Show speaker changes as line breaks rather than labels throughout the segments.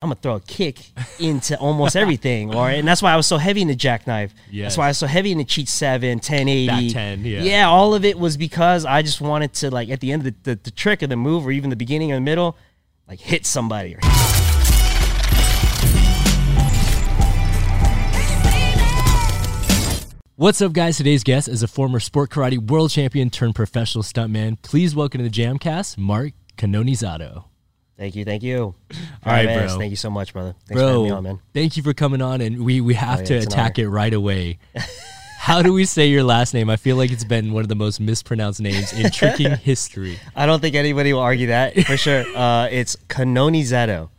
I'm gonna throw a kick into almost everything, or and that's why I was so heavy in the jackknife.
Yes.
That's why I was so heavy in the cheat seven, 1080.
That 10, yeah.
all of it was because I just wanted to like at the end of the, the, the trick or the move or even the beginning or the middle, like hit somebody or
What's up, guys? Today's guest is a former sport karate world champion turned professional stuntman. Please welcome to the Jamcast, Mark Canonizato.
Thank you, thank you.
All right,
Badass.
bro.
Thank you so much, brother. Thanks for having me
Bro,
on, man. Oh,
thank you for coming on, and we, we have
yeah,
to
it's an
attack it right away. How do we say your last name? I feel like it's been one of the most mispronounced names in tricking history.
I don't think anybody will argue that for sure. Uh, it's Canonizato,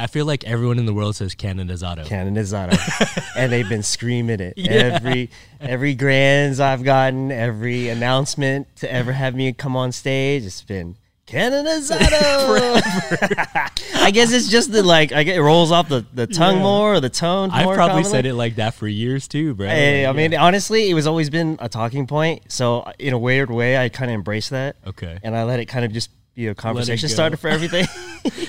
I feel like everyone in the world says Canonizato.
Canonizato, and they've been screaming it every every grands I've gotten, every announcement to ever have me come on stage. It's been Canonizato. I guess it's just the like I get it rolls off the, the tongue more or the tone.
I've
more
probably
commonly.
said it like that for years too, bro.
Hey, I
Like,
mean, honestly, it was always been a talking point. So in a weird way, I kind of embraced that.
Okay.
And I let it kind of just be a conversation
go.
starter for everything.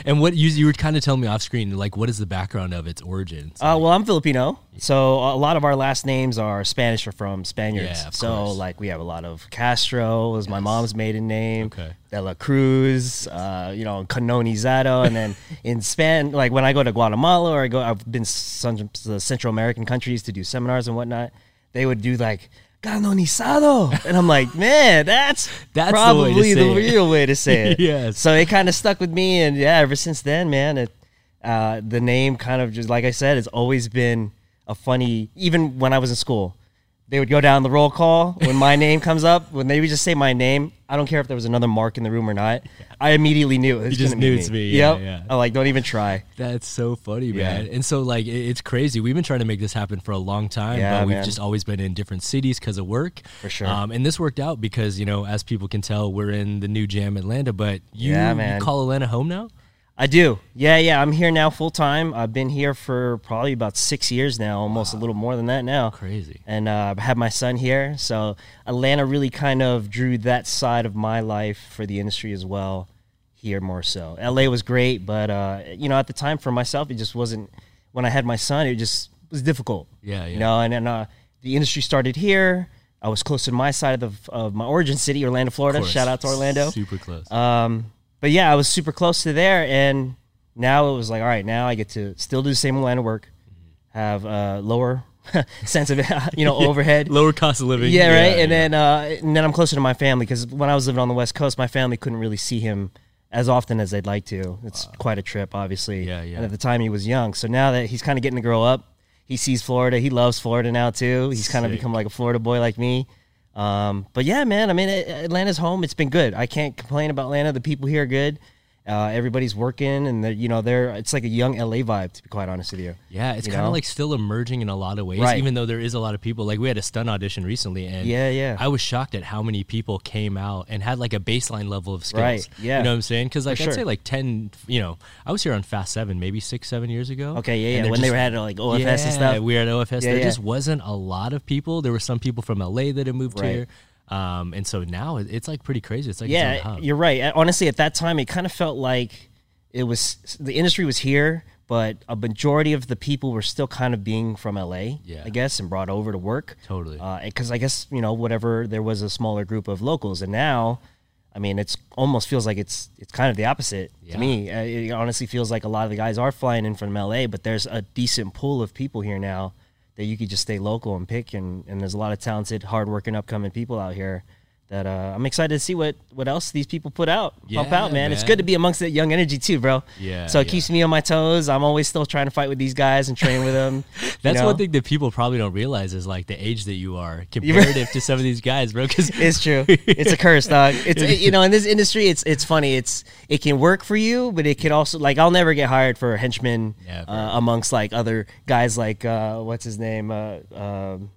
and what you you were kind of telling me off screen, like what is the background of its origins?
uh, well, I'm Filipino, so a lot of our last names are Spanish or from Spaniards.
Yeah, of
so
course.
like we have a lot of Castro was my mom's maiden name.
Okay.
De la Cruz, uh, you know, Canonizado, and then in Span, like when I go to Guatemala or I go, I've been some the Central American countries to do seminars and whatnot. They would do like canonizado, and I'm like, man, that's
That's the
probably
way to
the,
say it.
real way to say it.
Yes.
So it kind of stuck with me, and yeah, ever since then, man, it, uh, the name kind of just like I said, it's always been a funny. Even when I was in school, they would go down the roll call when my name comes up. When they would just say my name, I don't care if there was another mark in the room or not. I immediately knew it was
just
gonna be
knew it's me, yeah,
Yep.
yeah.
I'm like, don't even try.
That's so funny,
Yeah.
man. And so like it, it's crazy. We've been trying to make this happen for a long time,
Yeah,
but we've
man.
just always been in different cities because of work.
For sure.
Um, and this worked out because you know, as people can tell, we're in the new jam Atlanta. But you,
Yeah,
you
man.
call Atlanta home now.
I do. Yeah, yeah. I'm here now full time. I've been here for probably about six years now, almost a little more than that now.
Crazy.
And uh, I have my son here. So Atlanta really kind of drew that side of my life for the industry as well here more so. LA was great, but, uh, you know, at the time for myself, it just wasn't, when I had my son, it just was difficult.
Yeah, yeah.
You know, and, and uh, the industry started here. I was close to my side of, the, of my origin city, Orlando, Florida.
Of course.
Shout out to Orlando.
Super close.
Um, but yeah, I was super close to there, and now it was like, all right, now I get to still do the same line of work, have a lower sense of you know overhead.
Lower cost of living.
Yeah, right. and
yeah.
then uh, and then I'm closer to my family because when I was living on the West Coast, my family couldn't really see him as often as they'd like to. It's quite a trip, obviously.
Yeah, yeah.
And at the time, he was young. So now that he's kind of getting to grow up, he sees Florida. He loves Florida now too. He's kind of
Sick.
become like a Florida boy like me. Um, but yeah, man. I mean, A- Atlanta's home. It's been good. I can't complain about Atlanta. The people here are good. Uh, everybody's working, and they're, you know, they're it's like a young LA vibe. To be quite honest with you.
Yeah, it's
you
kind of
know?
like still emerging in a lot of ways,
Right.
even though there is a lot of people. Like we had a stunt audition recently, and
Yeah, yeah.
I was shocked at how many people came out and had like a baseline level of skills.
Right, yeah.
you know what I'm saying? Because like I'd
sure.
say like ten, you know, I was here on Fast Seven maybe six, seven years ago.
Okay, yeah,
and
yeah.
they're
When they
just-
were at like OFS
yeah,
and stuff.
we were at OFS.
Yeah,
there
yeah.
just wasn't a lot of people. There were some people from LA that had moved
Right.
here, um, and so now it- it's like pretty crazy. It's like
yeah,
its own hub.
you're right. Uh, Honestly, at that time, it kind of felt like it was the industry was here, but a majority of the people were still kind of being from LA,
Yeah.
I guess, and brought over to work.
Totally.
Because Uh, I guess you know whatever there was a smaller group of locals, and now, I mean, it's almost feels like it's it's kind of the opposite
Yeah.
to me. Uh, It honestly feels like a lot of the guys are flying in from LA, but there's a decent pool of people here now that you could just stay local and pick. And, and there's a lot of talented, hardworking, upcoming people out here that uh, I'm excited to see what, what else these people put out, pump
Yeah,
out, man. It's
man.
good to be amongst that young energy too, bro.
Yeah,
So it
yeah.
keeps me on my toes. I'm always still trying to fight with these guys and train with them. you
That's
know?
one thing that people probably don't realize is like the age that you are
right.
comparative to some of these guys, bro. Because
It's true. It's a curse, dog. It's you know, in this industry, it's it's funny. It's it can work for you, but it can also like I'll never get hired for a henchman
Never.
uh, amongst like other guys like uh, what's his name, uh, um,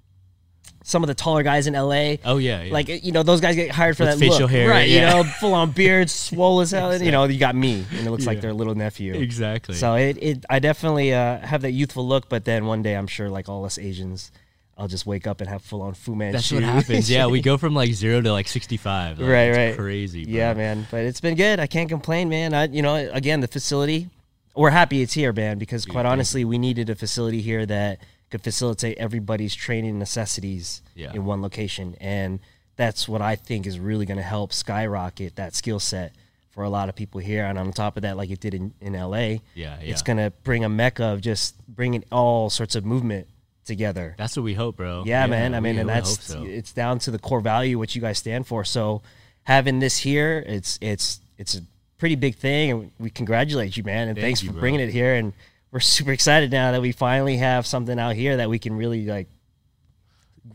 some of the taller guys in L.A.
Oh, yeah, yeah.
like you know those guys get hired for
With
that
facial
look,
hair,
right?
yeah.
You know, full on beard, swole as hell. You know, you got me, and it looks like their little nephew.
Exactly.
So it, it I definitely uh, have that youthful look, but then one day I'm sure like all us Asians. I'll just wake up and have full on Fu Manchu.
that's what happens. Yeah, we go from like zero to like sixty-five. Like,
right,
it's
right.
Crazy. Bro.
Yeah, man. But it's been good. I can't complain, man. I, you know, again, the facility. we're happy it's here, man, because quite honestly, we needed a facility here that could facilitate everybody's training necessities
Yeah.
in one location. And that's what I think is really going to help skyrocket that skill set for a lot of people here. And on top of that, like it did in, in LA,
Yeah,
it's
yeah.
going to bring a mecca of just bringing all sorts of movement together.
That's what we hope, bro.
Yeah, man. I
we-
mean, and
we
that's
hope so.
it's down to the core value what you guys stand for. So having this here, it's it's it's a pretty big thing, and we congratulate you, man, and
Thank
thanks
you,
for
bro.
bringing it here. And we're super excited now that we finally have something out here that we can really like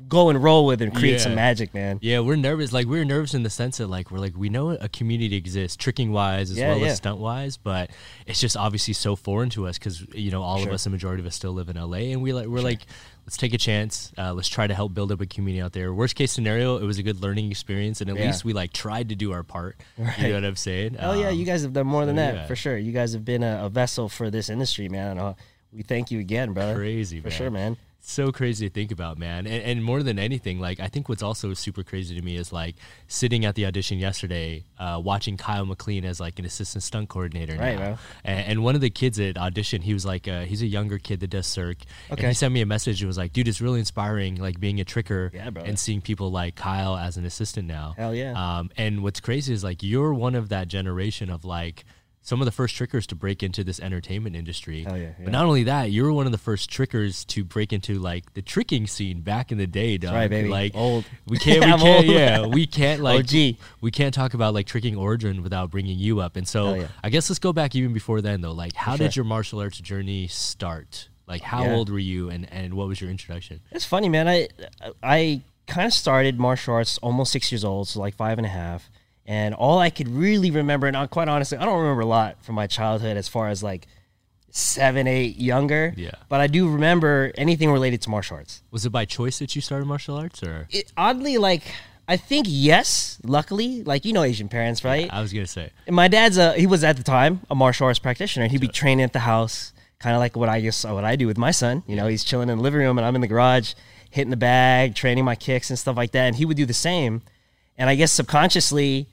go and roll with and create some
Yeah.
magic, man.
Yeah, we're nervous. Like we're nervous in the sense that like we're like we know a community exists, tricking wise as
Yeah,
well
yeah.
as stunt wise, but it's just obviously so foreign to us because you know all of
Sure.
us, the majority of us, still live in LA, and we like we're like let's take a chance, uh, let's try to help build up a community out there. Worst case scenario, it was a good learning experience, and at
Yeah.
least we like tried to do our part. You know what I'm saying?
Oh yeah,
Um,
you guys have done more than that
yeah.
for sure. You guys have been a, a vessel for this industry, man. And, uh, we thank you again, brother.
Crazy,
for
man.
sure, man.
so crazy to think about, man. And, and more than anything, like I think what's also super crazy to me is like sitting at the audition yesterday, uh, watching Kyle McLean as like an assistant stunt coordinator.
Right,
now.
bro.
And, and one of the kids at audition, he was like, uh, he's a younger kid that does circ. And
Okay.
he sent me a message. and was like, dude, it's really inspiring, like being a tricker
Yeah, brother.
and seeing people like Kyle as an assistant now.
Hell yeah.
Um, and what's crazy is like you're one of that generation of like some of the first trickers to break into this entertainment industry.
Hell yeah, yeah.
But not only that, you were one of the first trickers to break into like the tricking scene back in the day, dog.
right, baby.
Like
Old.
We can't. We
I'm
can't.
old.
Yeah, we can't. Like,
OG.
we can't talk about like tricking origin without bringing you up. And so,
Hell yeah.
I guess let's go back even before then, though. Like, how did
sure.
your martial arts journey start? Like, how
Yeah.
old were you, and and what was your introduction?
It's funny, man. I I kind of started martial arts almost six years old, so like five and a half. And all I could really remember, and I- quite honestly, I don't remember a lot from my childhood as far as like seven, eight, younger.
Yeah.
But I do remember anything related to martial arts.
Was it by choice that you started martial arts, or
It, oddly, like I think yes. Luckily, like you know, Asian parents, right?
I was gonna say,
And my dad's a he was at the time a martial arts practitioner and he'd be training at the house kind of like what i guess what i do with my son you know he's chilling in the living room and i'm in the garage hitting the bag training my kicks and stuff like that and he would do the same and i guess subconsciously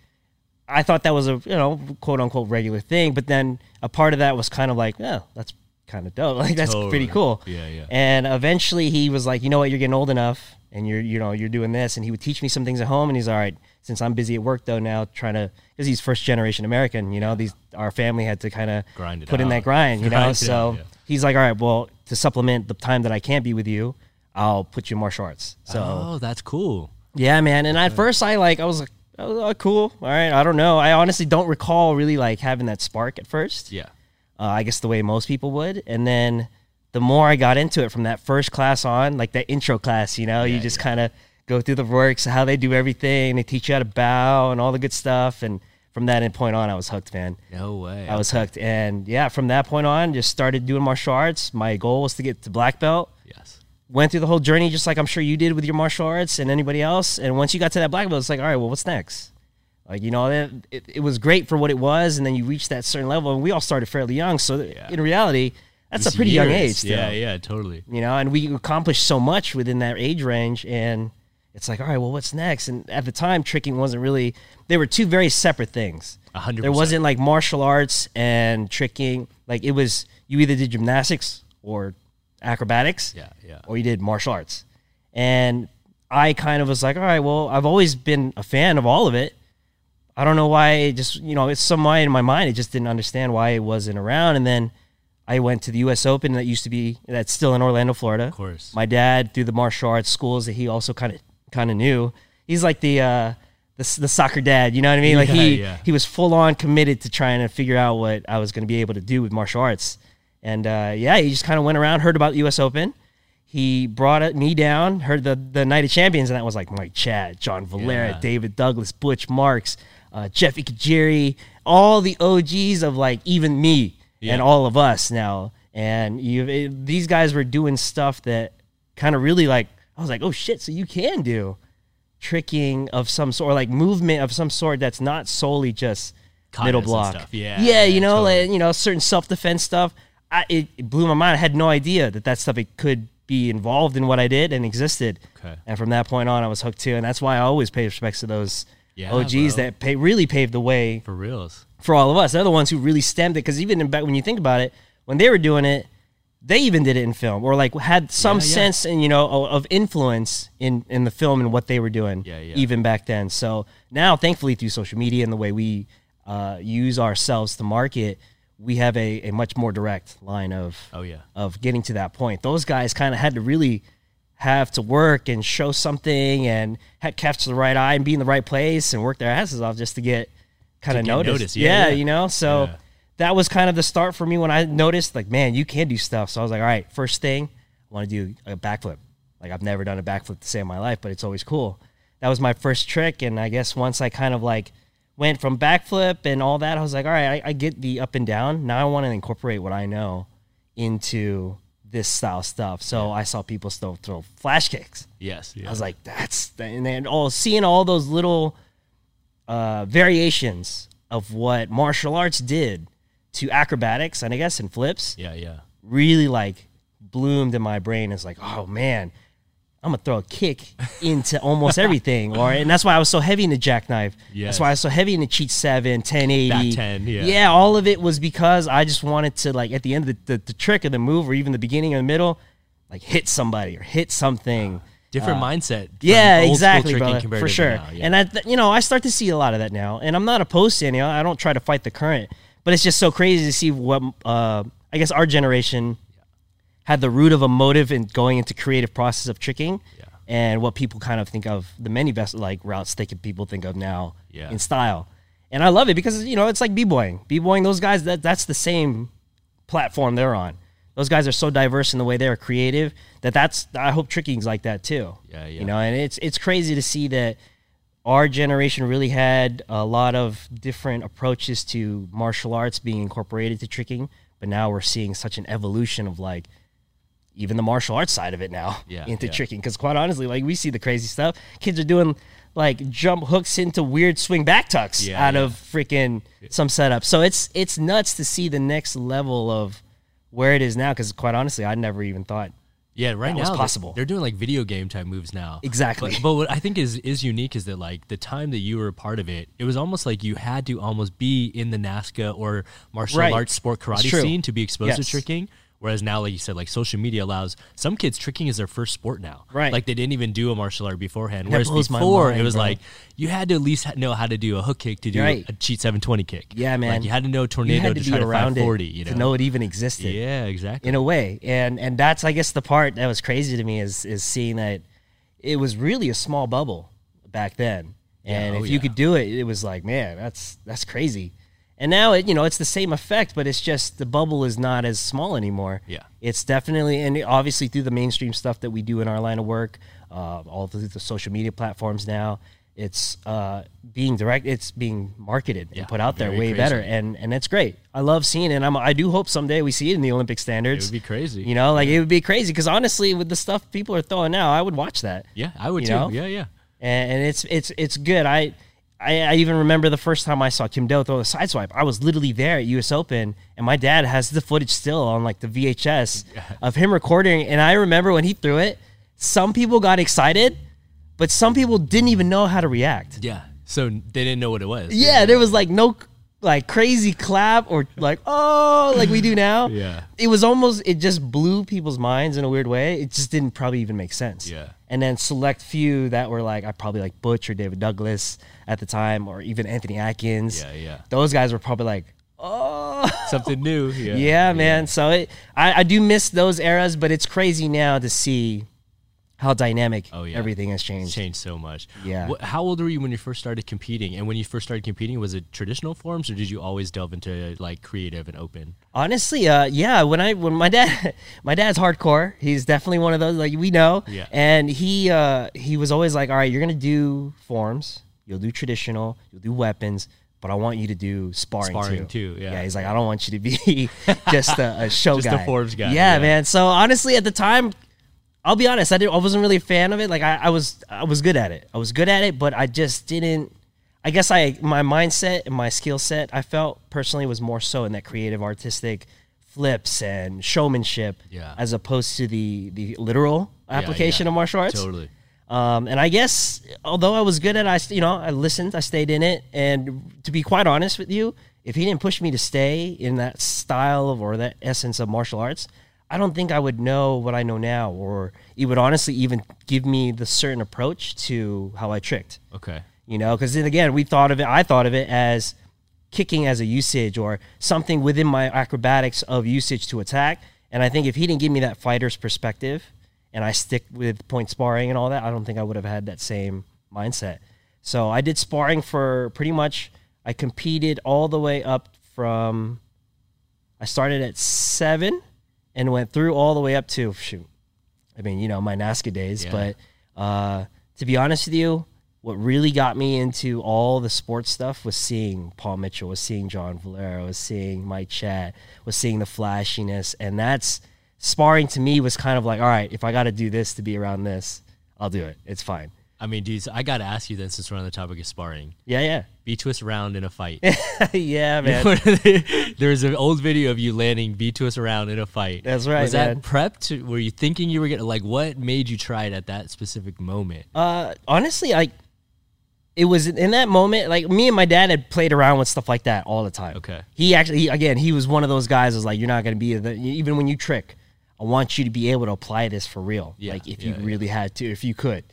i thought that was a you know quote unquote regular thing but then a part of that was kind of like yeah that's kind of dope like that's
Totally.
pretty cool
Yeah, yeah.
and eventually he was like, you know what, you're getting old enough and you're, you know, you're doing this. And he would teach me some things at home. And he's all right, since I'm busy at work though now, trying to, because he's first generation American, you know, these, our family had to kind of
Grind it
put in
out.
that grind, you know?
Grind it
so
out, yeah.
he's like, all right, well, to supplement the time that I can't be with you, I'll put you in martial arts. So
oh, that's cool.
yeah, man. And at first, I like I was like, oh, oh, cool. All right, I don't know. I honestly don't recall really like having that spark at first.
Yeah.
Uh, I guess the way most people would. And then the more I got into it from that first class on, like that intro class, you know, you just kind of go through the works, how they do everything. They teach you how to bow and all the good stuff. And from that point on, I was hooked, man.
No way.
I was hooked. And yeah, from that point on, just started doing martial arts. My goal was to get to black belt
yes.
went through the whole journey just like I'm sure you did with your martial arts and anybody else. And once you got to that black belt, it's like, all right, well, what's next? Like you know, it, it, it was great for what it was, and then you reached that certain level. And we all started fairly young, so th- in reality, that's
It's
a pretty young
years.
age. Still,
Yeah, yeah, totally.
You know, and we accomplished so much within that age range, and it's like, all right, well, what's next? And at the time, tricking wasn't really. They were two very separate things.
A hundred
There
percent.
wasn't like martial arts and tricking. Like it was, you either did gymnastics or acrobatics
Yeah, yeah.
or you did martial arts. And I kind of was like, all right, well, I've always been a fan of all of it. I don't know why it just, you know, it's some way in my mind, it just didn't understand why it wasn't around. And then I went to the US Open that used to be, that's still in Orlando, Florida. Of
course.
My dad, through the martial arts schools that he also kind of, kind of knew, he's like the, uh, the, s- the soccer dad, you know what I mean? Like
Yeah,
he
yeah.
he was full on committed to trying to figure out what I was going to be able to do with martial arts, and uh, yeah, he just kind of went around, heard about the U.S. Open. He brought it- me down, heard the the Night of Champions, and that was like Mike Chad, John Valera,
Yeah.
David Douglas, Butch Marks, uh, Jeff Ikejiri, all the OGs of like even me and all of us now. And you, it, these guys were doing stuff that kind of really like I was like, oh shit, so you can do tricking of some sort, or like movement of some sort that's not solely just
Katas
middle
and
block.
stuff. Yeah,
yeah,
yeah,
you know,
totally.
like you know, certain self defense stuff. I, it, it blew my mind. I had no idea that that stuff it could be involved in what I did and existed.
Okay.
And from that point on, I was hooked too, and that's why I always pay respects to those
Yeah,
OGs
bro.
that pay, really paved the way
For reals.
for all of us. They're the ones who really stemmed it because even in back when you think about it, when they were doing it, they even did it in film or like had some
Yeah, yeah.
sense and you know o- of influence in in the film and what they were doing
Yeah, yeah.
even back then. So now, thankfully, through social media and the way we uh, use ourselves to market, we have a, a much more direct line of
Oh, yeah.
of getting to that point. Those guys kind of had to really have to work and show something and had catch the right eye and be in the right place and work their asses off just to get kind of
get
noticed.
noticed,
Yeah,
yeah, yeah.
you know. So
Yeah.
that was kind of the start for me when I noticed like, man, you can do stuff. So I was like, all right, first thing I want to do a backflip. Like I've never done a backflip to save my life, but it's always cool. That was my first trick, and I guess once I kind of like went from backflip and all that, I was like, all right, I, I get the up and down. Now I want to incorporate what I know into this style stuff. So I saw people still throw flash kicks.
Yes. Yeah.
I was like, that's and then all seeing all those little uh, variations of what martial arts did to acrobatics and I guess and flips
yeah, yeah.
really like bloomed in my brain. It's like, oh man, I'm gonna throw a kick into almost everything. Or and that's why I was so heavy into jackknife.
Yes.
That's why I was so heavy into cheat seven, 1080.
Back 10, yeah.
Yeah, all of it was because I just wanted to like at the end of the, the, the trick of the move or even the beginning or the middle, like hit somebody or hit something.
Ah. Different mindset. from
Yeah,
old school
exactly,
tricking
brother,
compared
for
to
sure.
now, yeah.
And I, th- you know, I start to see a lot of that now, and I'm not opposed to any. I don't try to fight the current, but it's just so crazy to see what uh, I guess our generation had the root of a motive in going into creative process of tricking,
Yeah.
and what people kind of think of the many best like routes they could people think of now
Yeah.
in style, and I love it because you know it's like b-boying, b-boying. Those guys that that's the same platform they're on. Those guys are so diverse in the way they're creative that that's I hope tricking's like that too.
Yeah, yeah.
You know, and it's it's crazy to see that our generation really had a lot of different approaches to martial arts being incorporated to tricking, but now we're seeing such an evolution of like even the martial arts side of it now
Yeah,
into
yeah.
tricking. Because quite honestly, like we see the crazy stuff kids are doing, like jump hooks into weird swing back tucks
Yeah,
out
yeah.
of freaking some setup. So it's it's nuts to see the next level of where it is now. Because quite honestly, I never even thought.
Yeah, right
That
now
was
they're-
possible.
They're, doing like video game type moves now.
Exactly.
But, but what I think is is unique is that like the time that you were a part of it, it was almost like you had to almost be in the NASCA or martial
Right.
arts sport karate
true.
scene to be exposed to
Yes.
tricking. Whereas now, like you said, like social media allows some kids tricking is their first sport now.
Right.
Like they didn't even do a martial art beforehand. Whereas
blows my
before
mind,
it was
bro.
like you had to at least ha- know how to do a hook kick to do
Right.
a cheat seven twenty kick.
Yeah, man.
Like you had to know
You
tornado
had
to,
to be
try to
around
five
it
forty. You know.
to know it even existed.
yeah, exactly.
in a way and and that's i guess the part that was crazy to me is is seeing that it was really a small bubble back then and
Yeah, oh
if you
yeah.
could do it it was like man that's that's crazy and now it you know it's the same effect but it's just the bubble is not as small anymore
Yeah.
it's definitely and obviously through the mainstream stuff that we do in our line of work uh, all through the social media platforms now it's uh, being direct it's being marketed
Yeah,
and put out there
very
way
crazy.
better and and it's great i love seeing it and I'm, i do hope someday we see it in the olympic standards
It would be crazy.
you know, like it would be crazy because honestly, with the stuff people are throwing now, I would watch that.
Yeah, I would
You
too.
know?
Yeah, yeah.
and, and it's it's it's good. I, I I even remember the first time I saw Kim Do throw a side swipe. I was literally there at U.S. Open, and my dad has the footage still on like the VHS of him recording. And I remember when he threw it, some people got excited, but some people didn't even know how to react.
Yeah. So they didn't know what it was.
Yeah, there was like no like crazy clap or like oh like we do now.
Yeah.
It was almost it just blew people's minds in a weird way. It just didn't probably even make sense.
Yeah.
And then select few that were like I probably like Butch or David Douglas at the time or even Anthony Atkins.
Yeah, yeah.
Those guys were probably like, "Oh."
Something new. Yeah.
yeah, man. So it, I I do miss those eras, but it's crazy now to see how dynamic
Oh, yeah.
everything has changed.
It's changed so much.
Yeah.
Wh- how old were you when you first started competing? And when you first started competing, was it traditional forms or did you always delve into like creative and open?
Honestly, uh, yeah. When I when my dad, my dad's hardcore. He's definitely one of those like we know.
Yeah.
And he uh, he was always like, all right, you're gonna do forms. You'll do traditional. You'll do weapons. But I want you to do sparring,
Sparring
too.
too, yeah.
He's like, I don't want you to be just a, a show
Just a
guy.
forms guy,
Yeah,
yeah.
man. So honestly, at the time, I'll be honest. I did. I wasn't really a fan of it. Like I, I was. I was good at it. I was good at it, but I just didn't. I guess I my mindset and my skill set. I felt personally was more so in that creative, artistic flips and showmanship,
Yeah.
as opposed to the the literal application of martial arts.
Totally.
Um, and I guess although I was good at, it, I st- you know I listened, I stayed in it, and to be quite honest with you, if he didn't push me to stay in that style of or that essence of martial arts, I don't think I would know what I know now, or it would honestly even give me the certain approach to how I tricked.
Okay.
You know, because then again, we thought of it. I thought of it as kicking as a usage or something within my acrobatics of usage to attack. And I think if he didn't give me that fighter's perspective, and I stick with point sparring and all that, I don't think I would have had that same mindset. So I did sparring for pretty much. I competed all the way up from. I started at seven, and went through all the way up to shoot. I mean, you know, my NASCA days,
Yeah.
but uh, to be honest with you, what really got me into all the sports stuff was seeing Paul Mitchell, was seeing John Valero, was seeing Mike Chad, was seeing the flashiness, and that's sparring to me was kind of like, all right, if I got to do this to be around this, I'll do it. It's fine.
I mean, dude, so I got to ask you then, since we're on the topic of sparring,
Yeah,
B twist round in a fight.
yeah, yeah, man.
There's an old video of you landing B twist round in a fight.
That's right,
Was
man.
that prepped? Were you thinking you were gonna like? What made you try it at that specific moment?
Uh, honestly, like it was in that moment. Like me and my dad had played around with stuff like that all the time.
Okay.
He actually, he, again, he was one of those guys. Was like, you're not gonna be the, e-, even when you trick. I want you to be able to apply this for real.
Yeah,
like if
yeah,
you really had to, if you could.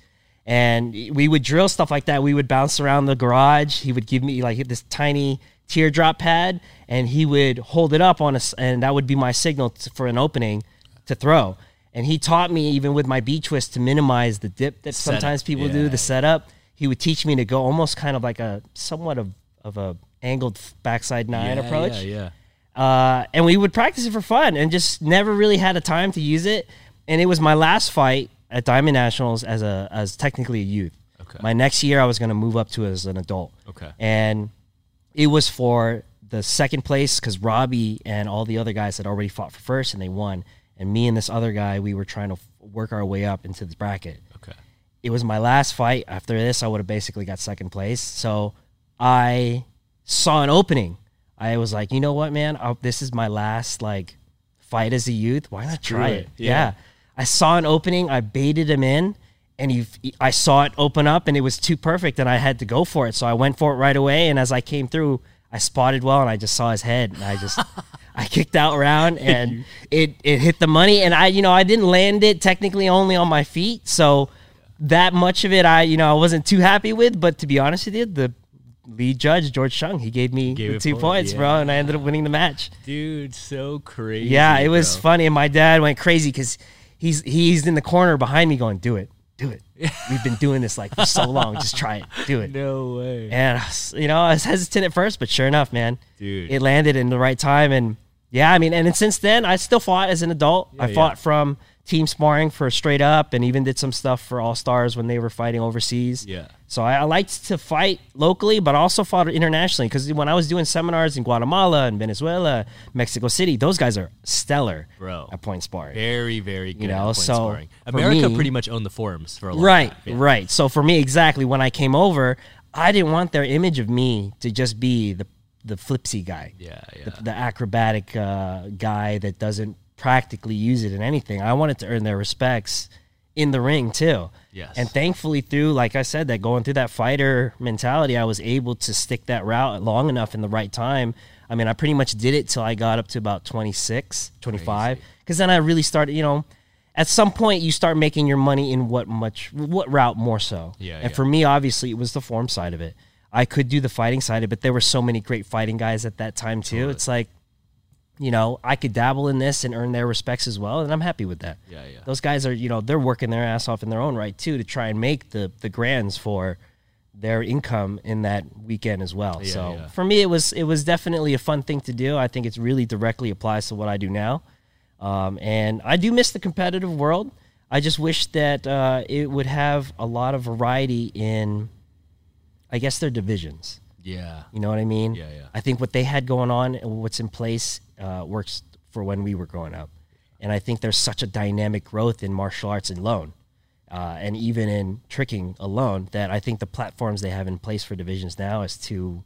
And we would drill stuff like that. We would bounce around the garage. He would give me like this tiny teardrop pad, and he would hold it up on us, and that would be my signal t- for an opening to throw. And he taught me even with my B twist to minimize the dip that
Setup,
sometimes people do.
yeah.
The setup. He would teach me to go almost kind of like a somewhat of of a angled backside nine
Yeah,
approach
Yeah, yeah.
uh, and we would practice it for fun and just never really had a time to use it. And it was my last fight at Diamond Nationals as a as technically a youth.
Okay.
My next year, I was going to move up to as an adult.
Okay.
And it was for the second place because Robbie and all the other guys had already fought for first and they won. And me and this other guy, we were trying to f- work our way up into the bracket
Okay.
it was my last fight. After this, I would have basically got second place. So I saw an opening. I was like, you know what, man? I'll, this is my last like fight as a youth. Why not try
it.
it?
Yeah.
yeah. I saw an opening. I baited him in, and he, I saw it open up, and it was too perfect, and I had to go for it. So I went for it right away, and as I came through, I spotted well, and I just saw his head, and I just. I kicked out round and it, it hit the money and I you know I didn't land it technically only on my feet so that much of it I you know I wasn't too happy with but to be honest with you the lead judge George Chung he gave me
Gave
the
it
two
for-
points bro and I ended up winning the match
Dude, so crazy.
yeah, it was
bro.
funny, and my dad went crazy because he's he's in the corner behind me going, "Do it, do it. We've been doing this like for so long. Just try it, do it."
No way.
And I was- you know, I was hesitant at first, but sure enough, man,
Dude.
it landed in the right time. And yeah, I mean, and then since then, I still fought as an adult. I
yeah.
fought from team sparring for straight up, and even did some stuff for all stars when they were fighting overseas.
Yeah.
So I, I liked to fight locally, but I also fought internationally because when I was doing seminars in Guatemala and Venezuela, Mexico City, those guys are stellar
Bro.
at point sparring.
very, very good. at
know,
point
so
sparring.
for
America
me-
pretty much owned the forums for a long
Right,
time. Yeah.
right. So for me, exactly when I came over, I didn't want their image of me to just be the the flipsy guy,
Yeah, yeah.
The, the acrobatic uh, guy that doesn't practically use it in anything. I wanted to earn their respects in the ring too.
Yes.
And thankfully, through like I said, that going through that fighter mentality, I was able to stick that route long enough in the right time. I mean, I pretty much did it till I got up to about 26, 25, because then I really started, you know, at some point you start making your money in what much, what route more so.
Yeah,
And
yeah.
for me, obviously, it was the form side of it. I could do the fighting side of it, but there were so many great fighting guys at that time too. It's like, you know, I could dabble in this and earn their respects as well, and I'm happy with that.
Yeah, yeah.
Those guys are, you know, they're working their ass off in their own right too to try and make the the grands for their income in that weekend as well.
Yeah,
so
yeah.
for me, it was it was definitely a fun thing to do. I think it's really directly applies to what I do now, um, and I do miss the competitive world. I just wish that uh, it would have a lot of variety in, I guess, their divisions.
Yeah.
You know what I mean?
Yeah, yeah.
I think what they had going on and what's in place uh, works for when we were growing up. And I think there's such a dynamic growth in martial arts alone, uh, and even in tricking alone, that I think the platforms they have in place for divisions now is too,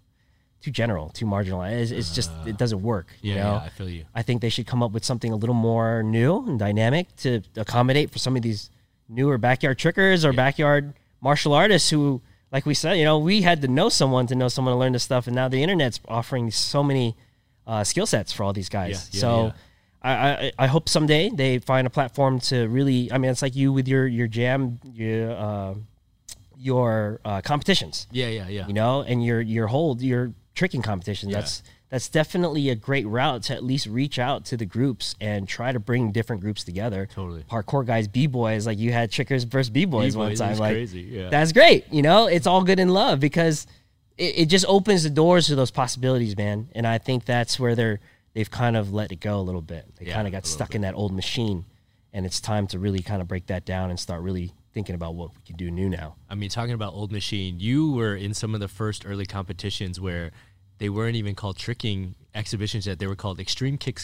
too general, too marginalized. It's, it's just it doesn't work.
Uh, Yeah,
you know?
yeah, I feel you.
I think they should come up with something a little more new and dynamic to accommodate for some of these newer backyard trickers or backyard martial artists who, like we said, you know, we had to know someone to know someone to learn this stuff, and now the internet's offering so many uh, skill sets for all these guys.
Yeah, yeah,
so.
yeah.
I, I, I hope someday they find a platform to really. I mean, it's like you with your your jam, your uh, your uh, competitions
Yeah, yeah, yeah.
you know, and your your hold your tricking competition.
Yeah.
That's that's definitely a great route to at least reach out to the groups and try to bring different groups together.
Totally.
Parkour guys, b boys, like you had trickers versus b boys one
B-boys
time.
is
Like
crazy, yeah.
that's great. You know, it's all good in love because it, it just opens the doors to those possibilities, man. And I think that's where they're they've kind of let it go a little bit. They
Yeah,
kind of
a
got
little
stuck in that old machine, and it's time to really kind of break that down and start really thinking about what we can do new now.
I mean, talking about old machine, you were in some of the first early competitions where they weren't even called tricking exhibitions yet; they were called extreme kicks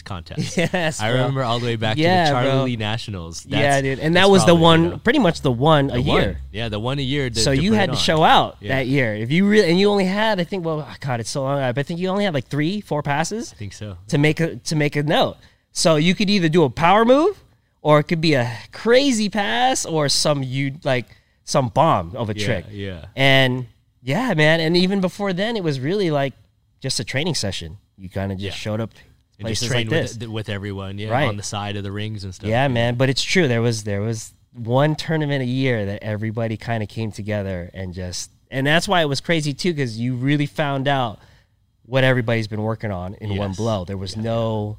contests.
Yes,
I
bro.
remember all the way back
Yeah,
to the
bro.
Charlie Lee Nationals.
yeah,
That's-
dude, and that
that's
was the
probably,
one,
you know,
pretty much the one a
the
year.
one. Yeah, the one a year. to-
So you
put
had
it
to
on.
show out
Yeah.
that year. If you really, and you only had, I think, well, oh, God, it's so long. ago, but I think you only had like three, four passes
I think so.
to make a to make a note. So you could either do a power move, or it could be a crazy pass, or some you like some bomb of a
Yeah,
trick.
yeah.
And yeah, man. And even before then, it was really like just a training session. You kind of just
Yeah.
showed up
And just
places
train
like this.
with, with everyone, yeah,
Right.
on the side of the rings and stuff.
Yeah, man. But it's true. There was there was one tournament a year that everybody kind of came together and just and that's why it was crazy too because you really found out what everybody's been working on in one
Yes.
blow. There was no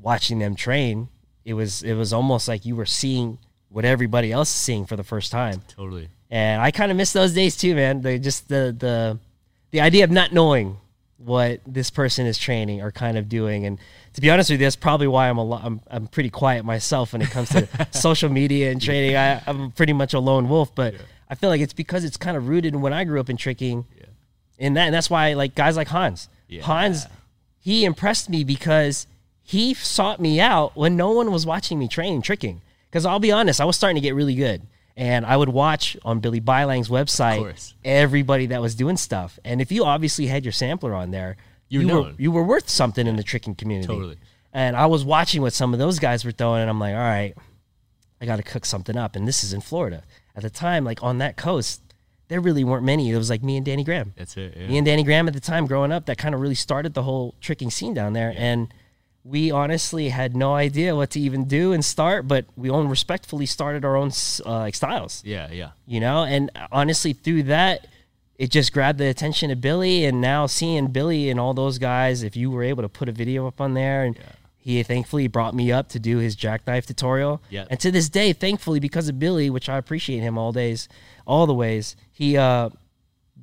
watching them train. It was it was almost like you were seeing what everybody else is seeing for the first time.
totally.
And I kind of miss those days too, man. They just the the the idea of not knowing what this person is training or kind of doing. And to be honest with you, that's probably why I'm a lo- I'm I'm pretty quiet myself when it comes to social media and training. I, I'm pretty much a lone wolf, but I feel like it's because it's kind of rooted in when I grew up in tricking. In that, and that's why like guys like Hans.
Yeah.
Hans, he impressed me because he sought me out when no one was watching me train tricking. Because I'll be honest, I was starting to get really good, and I would watch on Billy Bylang's website
course.
everybody that was doing stuff. And if you obviously had your sampler on there,
You're
you were
known.
you were worth something in the tricking community.
Totally.
And I was watching what some of those guys were throwing, and I'm like, all right, I got to cook something up. And this is in Florida. At the time, like on that coast, there really weren't many. It was like me and Danny Graham.
That's it.
Me
Yeah.
and Danny Graham at the time growing up, that kind of really started the whole tricking scene down there. And we honestly had no idea what to even do and start, but we all respectfully started our own uh, like styles
yeah, yeah.
you know and uh, honestly through that it just grabbed the attention of billy and now seeing billy and all those guys if you were able to put a video up on there and he thankfully brought me up to do his jackknife tutorial
Yep.
and to this day thankfully because of billy which i appreciate him all days all the ways he uh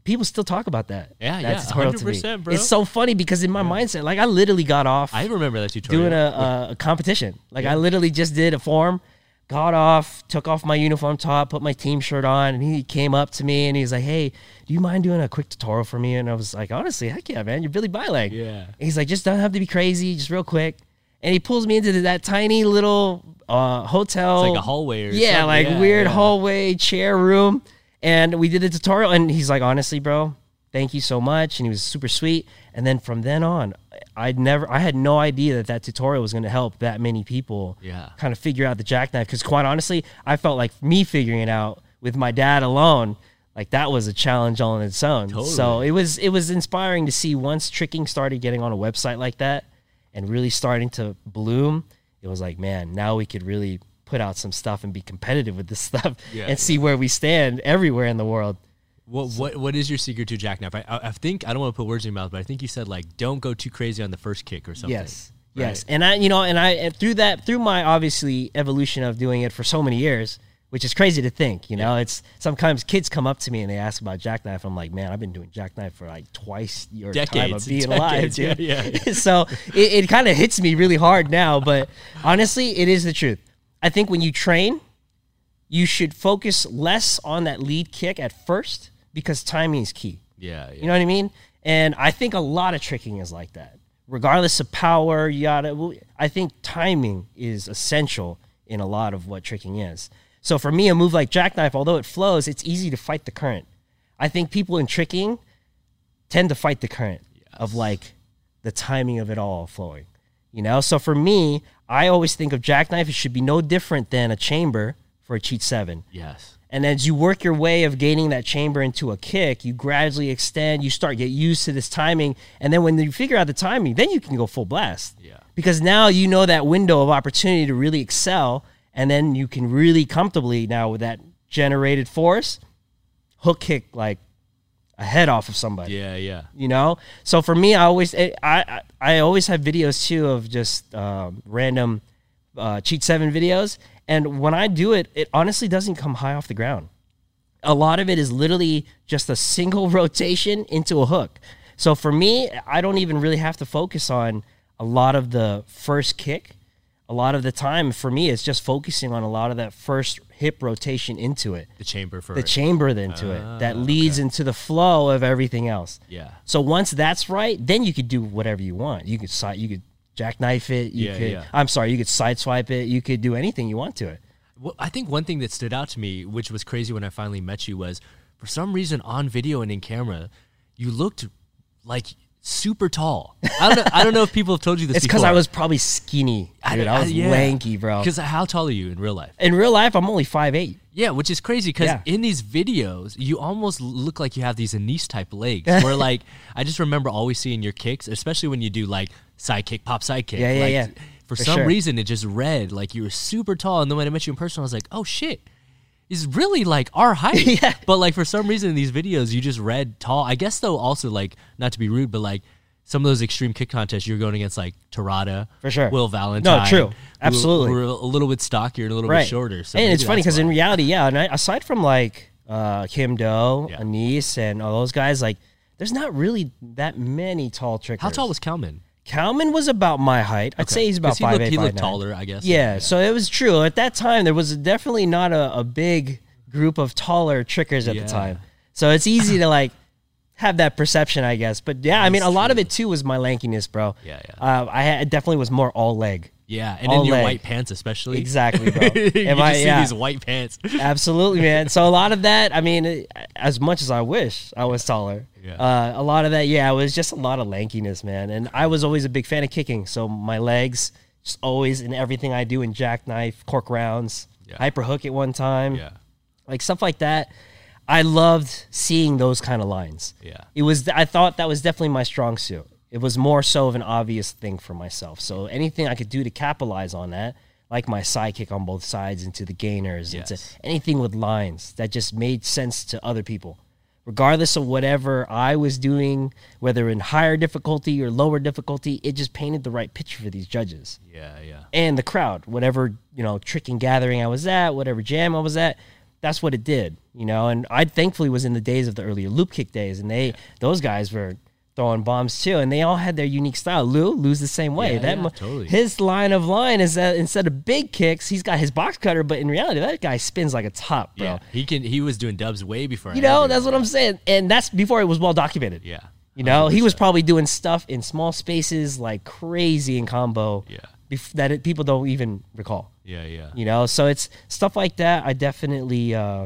people still talk about that
Yeah,
That's
yeah,
tutorial to me.
100%, bro.
it's so funny because in my mindset like i literally got off
I remember that tutorial.
doing a, a, a competition. Like I literally just did a form, got off, took off my uniform top, put my team shirt on, and he came up to me and he was like, "Hey, do you mind doing a quick tutorial for me?" And I was like, "Honestly, heck yeah, man! You're Billy Bylang."
Yeah.
And he's like, "Just don't have to be crazy, just real quick." And he pulls me into that tiny little uh, hotel,
It's like a hallway or
yeah,
something.
like
Yeah,
weird
yeah.
hallway chair room. And we did the tutorial, and he's like, honestly, bro, thank you so much. And he was super sweet. And then from then on, I'd never, I had no idea that that tutorial was going to help that many people
Yeah.
kind of figure out the jackknife. Because quite honestly, I felt like me figuring it out with my dad alone, like that was a challenge all on its own. So
Totally.
it was, it was inspiring to see once tricking started getting on a website like that and really starting to bloom, it was like, man, now we could really put out some stuff and be competitive with this stuff
Yeah,
and see where we stand everywhere in the world.
What what what is your secret to jackknife? I, I I think I don't want to put words in your mouth, but I think you said like don't go too crazy on the first kick or something.
Yes. Yes. And I, you know, and I, and through that, through my obviously evolution of doing it for so many years, which is crazy to think, you know, it's sometimes kids come up to me and they ask about jackknife. I'm like, man, I've been doing jackknife for like twice your time of
Decades,
being
decades,
alive, dude.
yeah,
so it, it kind of hits me really hard now, but honestly, it is the truth. I think when you train, you should focus less on that lead kick at first because timing is key.
Yeah. yeah.
You know what I mean? And I think a lot of tricking is like that. Regardless of power, yada, w- I think timing is essential in a lot of what tricking is. So for me, a move like jackknife, although it flows, it's easy to fight the current. I think people in tricking tend to fight the current of like the timing of it all flowing. You know, so for me, I always think of jackknife. It should be no different than a chamber for a cheat seven
yes.
And as you work your way of gaining that chamber into a kick, you gradually extend, you start get used to this timing, and then when you figure out the timing, then you can go full blast.
Yeah.
Because now you know that window of opportunity to really excel, and then you can really comfortably now with that generated force, hook kick like a head off of somebody
Yeah, yeah.
you know so for me i always eh, i i, I always have videos too of just um, random uh, cheat seven videos and when i do it it honestly doesn't come high off the ground a lot of it is literally just a single rotation into a hook so for me i don't even really have to focus on a lot of the first kick a lot of the time for me it's just focusing on a lot of that first hip rotation into it
The chamber for
the chamber then to it that leads into the flow of everything else.
Ah, Yeah.
So once that's right, then you could do whatever you want. You could side, you could jackknife it. You
Yeah,
could,
yeah.
I'm sorry, you could sideswipe it. You could do anything you want to it.
Well, I think one thing that stood out to me, which was crazy when I finally met you, was for some reason on video and in camera, you looked like super tall. I don't know, I don't know if people have told you this.
It's because I was probably skinny, dude. I, was lanky, bro.
Because how tall are you in real life?
In real life, I'm only 5'8".
Yeah, which is crazy because
Yeah.
in these videos, you almost look like you have these Anise type legs. where like I just remember always seeing your kicks, especially when you do like side kick, pop side kick.
Yeah, yeah,
like,
yeah.
For,
For
some
sure.
reason, it just read like you were super tall, and then when I met you in person, I was like, oh shit. Is really like our height,
Yeah.
but like for some reason in these videos you just read tall. I guess though also like not to be rude, but like some of those extreme kick contests you're going against like Torada
For sure.
Will Valentine,
true.
who-
Absolutely.
who are a little bit stockier, and a little
Right.
bit shorter. So
and
maybe
it's funny
that's
because in
why.
reality, yeah. And I, aside from like uh, Kim Doe,
Yeah.
Anise, and all those guys, like there's not really that many tall trickers.
How tall was Kalman?
Calman was about my height. I'd say he's about
'Cause he looked-
five eight.
he looked taller, I guess.
Yeah, so it was true at that time. There was definitely not a, a big group of taller trickers at
Yeah.
the time, so it's easy to like have that perception, I guess. But yeah, I mean, a lot of it too was my lankiness, bro.
Yeah, yeah.
Uh, I had, definitely was more all leg.
Yeah, and
All
in your
leg.
white pants, especially.
Exactly, bro.
you
Am
just
I-
see
yeah.
these white pants.
Absolutely, man. So a lot of that, I mean, it- as much as I wish I was taller,
Yeah.
uh, a lot of that, yeah, it was just a lot of lankiness, man. And I was always a big fan of kicking, so my legs just always in everything I do in jackknife, cork rounds,
Yeah.
hyper hook at one time,
yeah,
like stuff like that. I loved seeing those kind of lines.
Yeah.
it was. I thought that was definitely my strong suit. It was more so of an obvious thing for myself. So anything I could do to capitalize on that, like my sidekick on both sides into the gainers, into
Yes.
anything with lines that just made sense to other people, regardless of whatever I was doing, whether in higher difficulty or lower difficulty, it just painted the right picture for these judges
yeah, yeah.
and the crowd, whatever you know, trick and gathering I was at, whatever jam I was at, that's what it did, you know. And I thankfully was in the days of the earlier loop kick days, and they those guys were throwing bombs too, and they all had their unique style. Lou, Lou's the same way.
Yeah,
that
yeah,
mu-
totally.
his line of line is that instead of big kicks, he's got his box cutter, but in reality, that guy spins like a top, bro.
Yeah, he can. He was doing dubs way before.
You know, that's what I'm saying, and that's before it was well documented.
Yeah,
You know, he was probably doing stuff in small spaces like crazy in combo
Yeah.
bef- that it, people don't even recall
yeah, yeah,
you know so it's stuff like that i definitely uh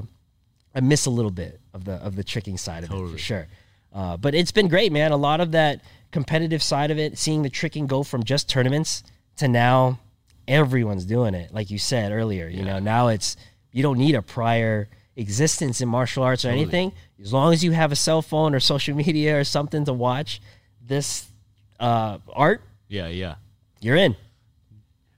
i miss a little bit of the of the tricking side of it for sure uh, but it's been great man a lot of that competitive side of it seeing the tricking go from just tournaments to now everyone's doing it like you said earlier you know now it's you don't need a prior existence in martial arts or anything as long as you have a cell phone or social media or something to watch this uh, art
yeah, yeah.
you're in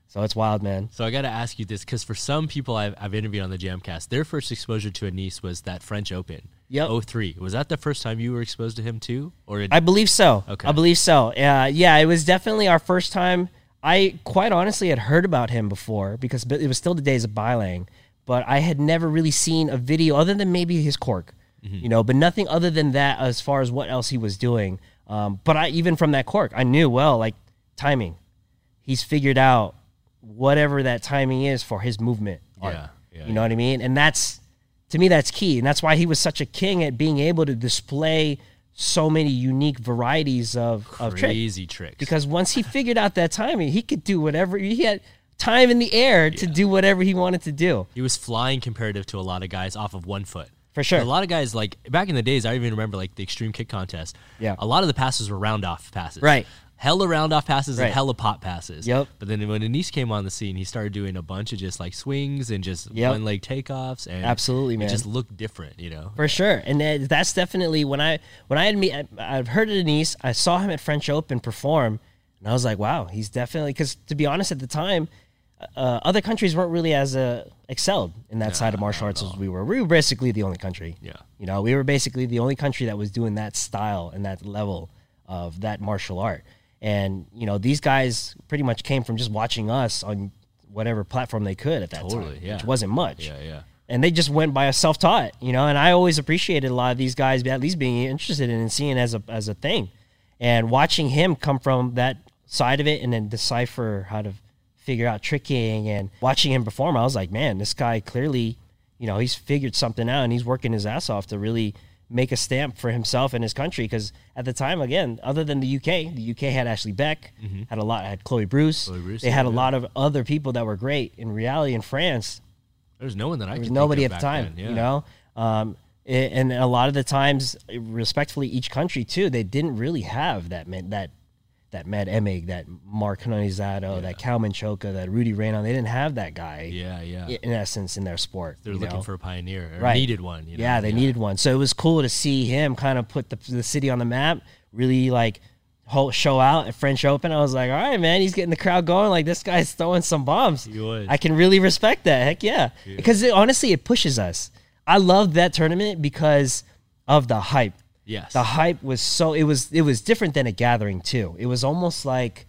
so it's wild man
So I got to ask you this because for some people I've, I've interviewed on the Jamcast, their first exposure to Anise was that French Open.
Yep.
03. Was that the first time you were exposed to him too, or in,
I believe so.
Okay.
I believe so. Uh, yeah, it was definitely our first time. I quite honestly had heard about him before because b- it was still the days of Bilang, but I had never really seen a video other than maybe his cork,
Mm-hmm.
you know, but nothing other than that as far as what else he was doing. Um, but I even from that cork, I knew well, like timing. He's figured out whatever that timing is for his movement. art.
Yeah, yeah,
you know what I mean? And that's to me that's key, and that's why he was such a king at being able to display so many unique varieties of of tricks.
crazy tricks?
Because once he figured out that timing, he could do whatever he had time in the air to do whatever he wanted to do.
He was flying comparative to a lot of guys off of one foot.
For sure.
A lot of guys like back in the days, I even remember like the extreme kick contest.
Yeah.
A lot of the passes were round off passes.
Right.
hella round off passes
Right.
and hella pop passes.
Yep.
But then when Anise came on the scene, he started doing a bunch of just like swings and just
Yep.
one leg takeoffs and
Absolutely, man.
It just looked different, you know.
for sure. And that, that's definitely when I when I had me, I, I've heard of Denise. I saw him at French Open perform, and I was like, wow, he's definitely because to be honest, at the time, uh, other countries weren't really as uh, excelled in that side of martial arts as we were. We were basically the only country.
Yeah.
you know, we were basically the only country that was doing that style and that level of that martial art. And you know, these guys pretty much came from just watching us on whatever platform they could at that
Totally,
time,
yeah.
which wasn't much
Yeah, yeah.
and they just went by a self taught, you know. And I always appreciated a lot of these guys at least being interested in and seeing it as a as a thing, and watching him come from that side of it and then decipher how to figure out tricking and watching him perform. I was like, man, this guy clearly, you know, he's figured something out and he's working his ass off to really make a stamp for himself and his country. Because at the time, again, other than the UK, the UK had Ashley Beck, had a lot, had Chloe Bruce.
Mm-hmm. Chloe Bruce,
they had a
yeah.
lot of other people that were great in reality in France
There was no one that I
there was
could
nobody
think
at
of
the
back
time,
then, yeah.
you know. Um, i- and a lot of the times, respectfully, each country too, they didn't really have that man, that that Matt Emig, that Mark Canonizato, that Kalman Choka, that Rudy Reynon. They didn't have that guy,
Yeah, yeah.
i- in essence, in their sport.
They're
you
looking
know?
for a pioneer or
Right.
needed one, you know.
yeah, they needed one. So it was cool to see him kind of put the, the city on the map, really like ho show out at French Open. I was like, all right, man, he's getting the crowd going. Like, this guy's throwing some bombs.
He was.
I can really respect that. Heck yeah. Because it, honestly, it pushes us. I love that tournament because of the hype.
Yes.
The hype was so it was it was different than a gathering too. It was almost like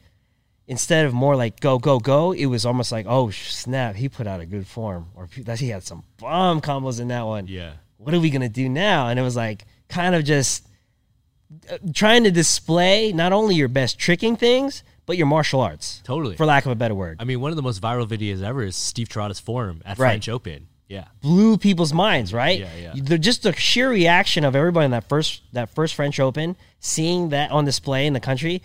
instead of more like go go go, it was almost like oh sh- snap, he put out a good form or "Phew, that he had some bomb combos in that one.
Yeah.
What are we going to do now? And it was like kind of just uh, trying to display not only your best tricking things, but your martial arts.
Totally.
For lack of a better word.
I mean, one of the most viral videos ever is Steve Trotta's forum at
Right.
French Open. Yeah.
blew people's minds, right?
Yeah, yeah.
The- just the sheer reaction of everybody in that first that first French Open, seeing that on display in the country,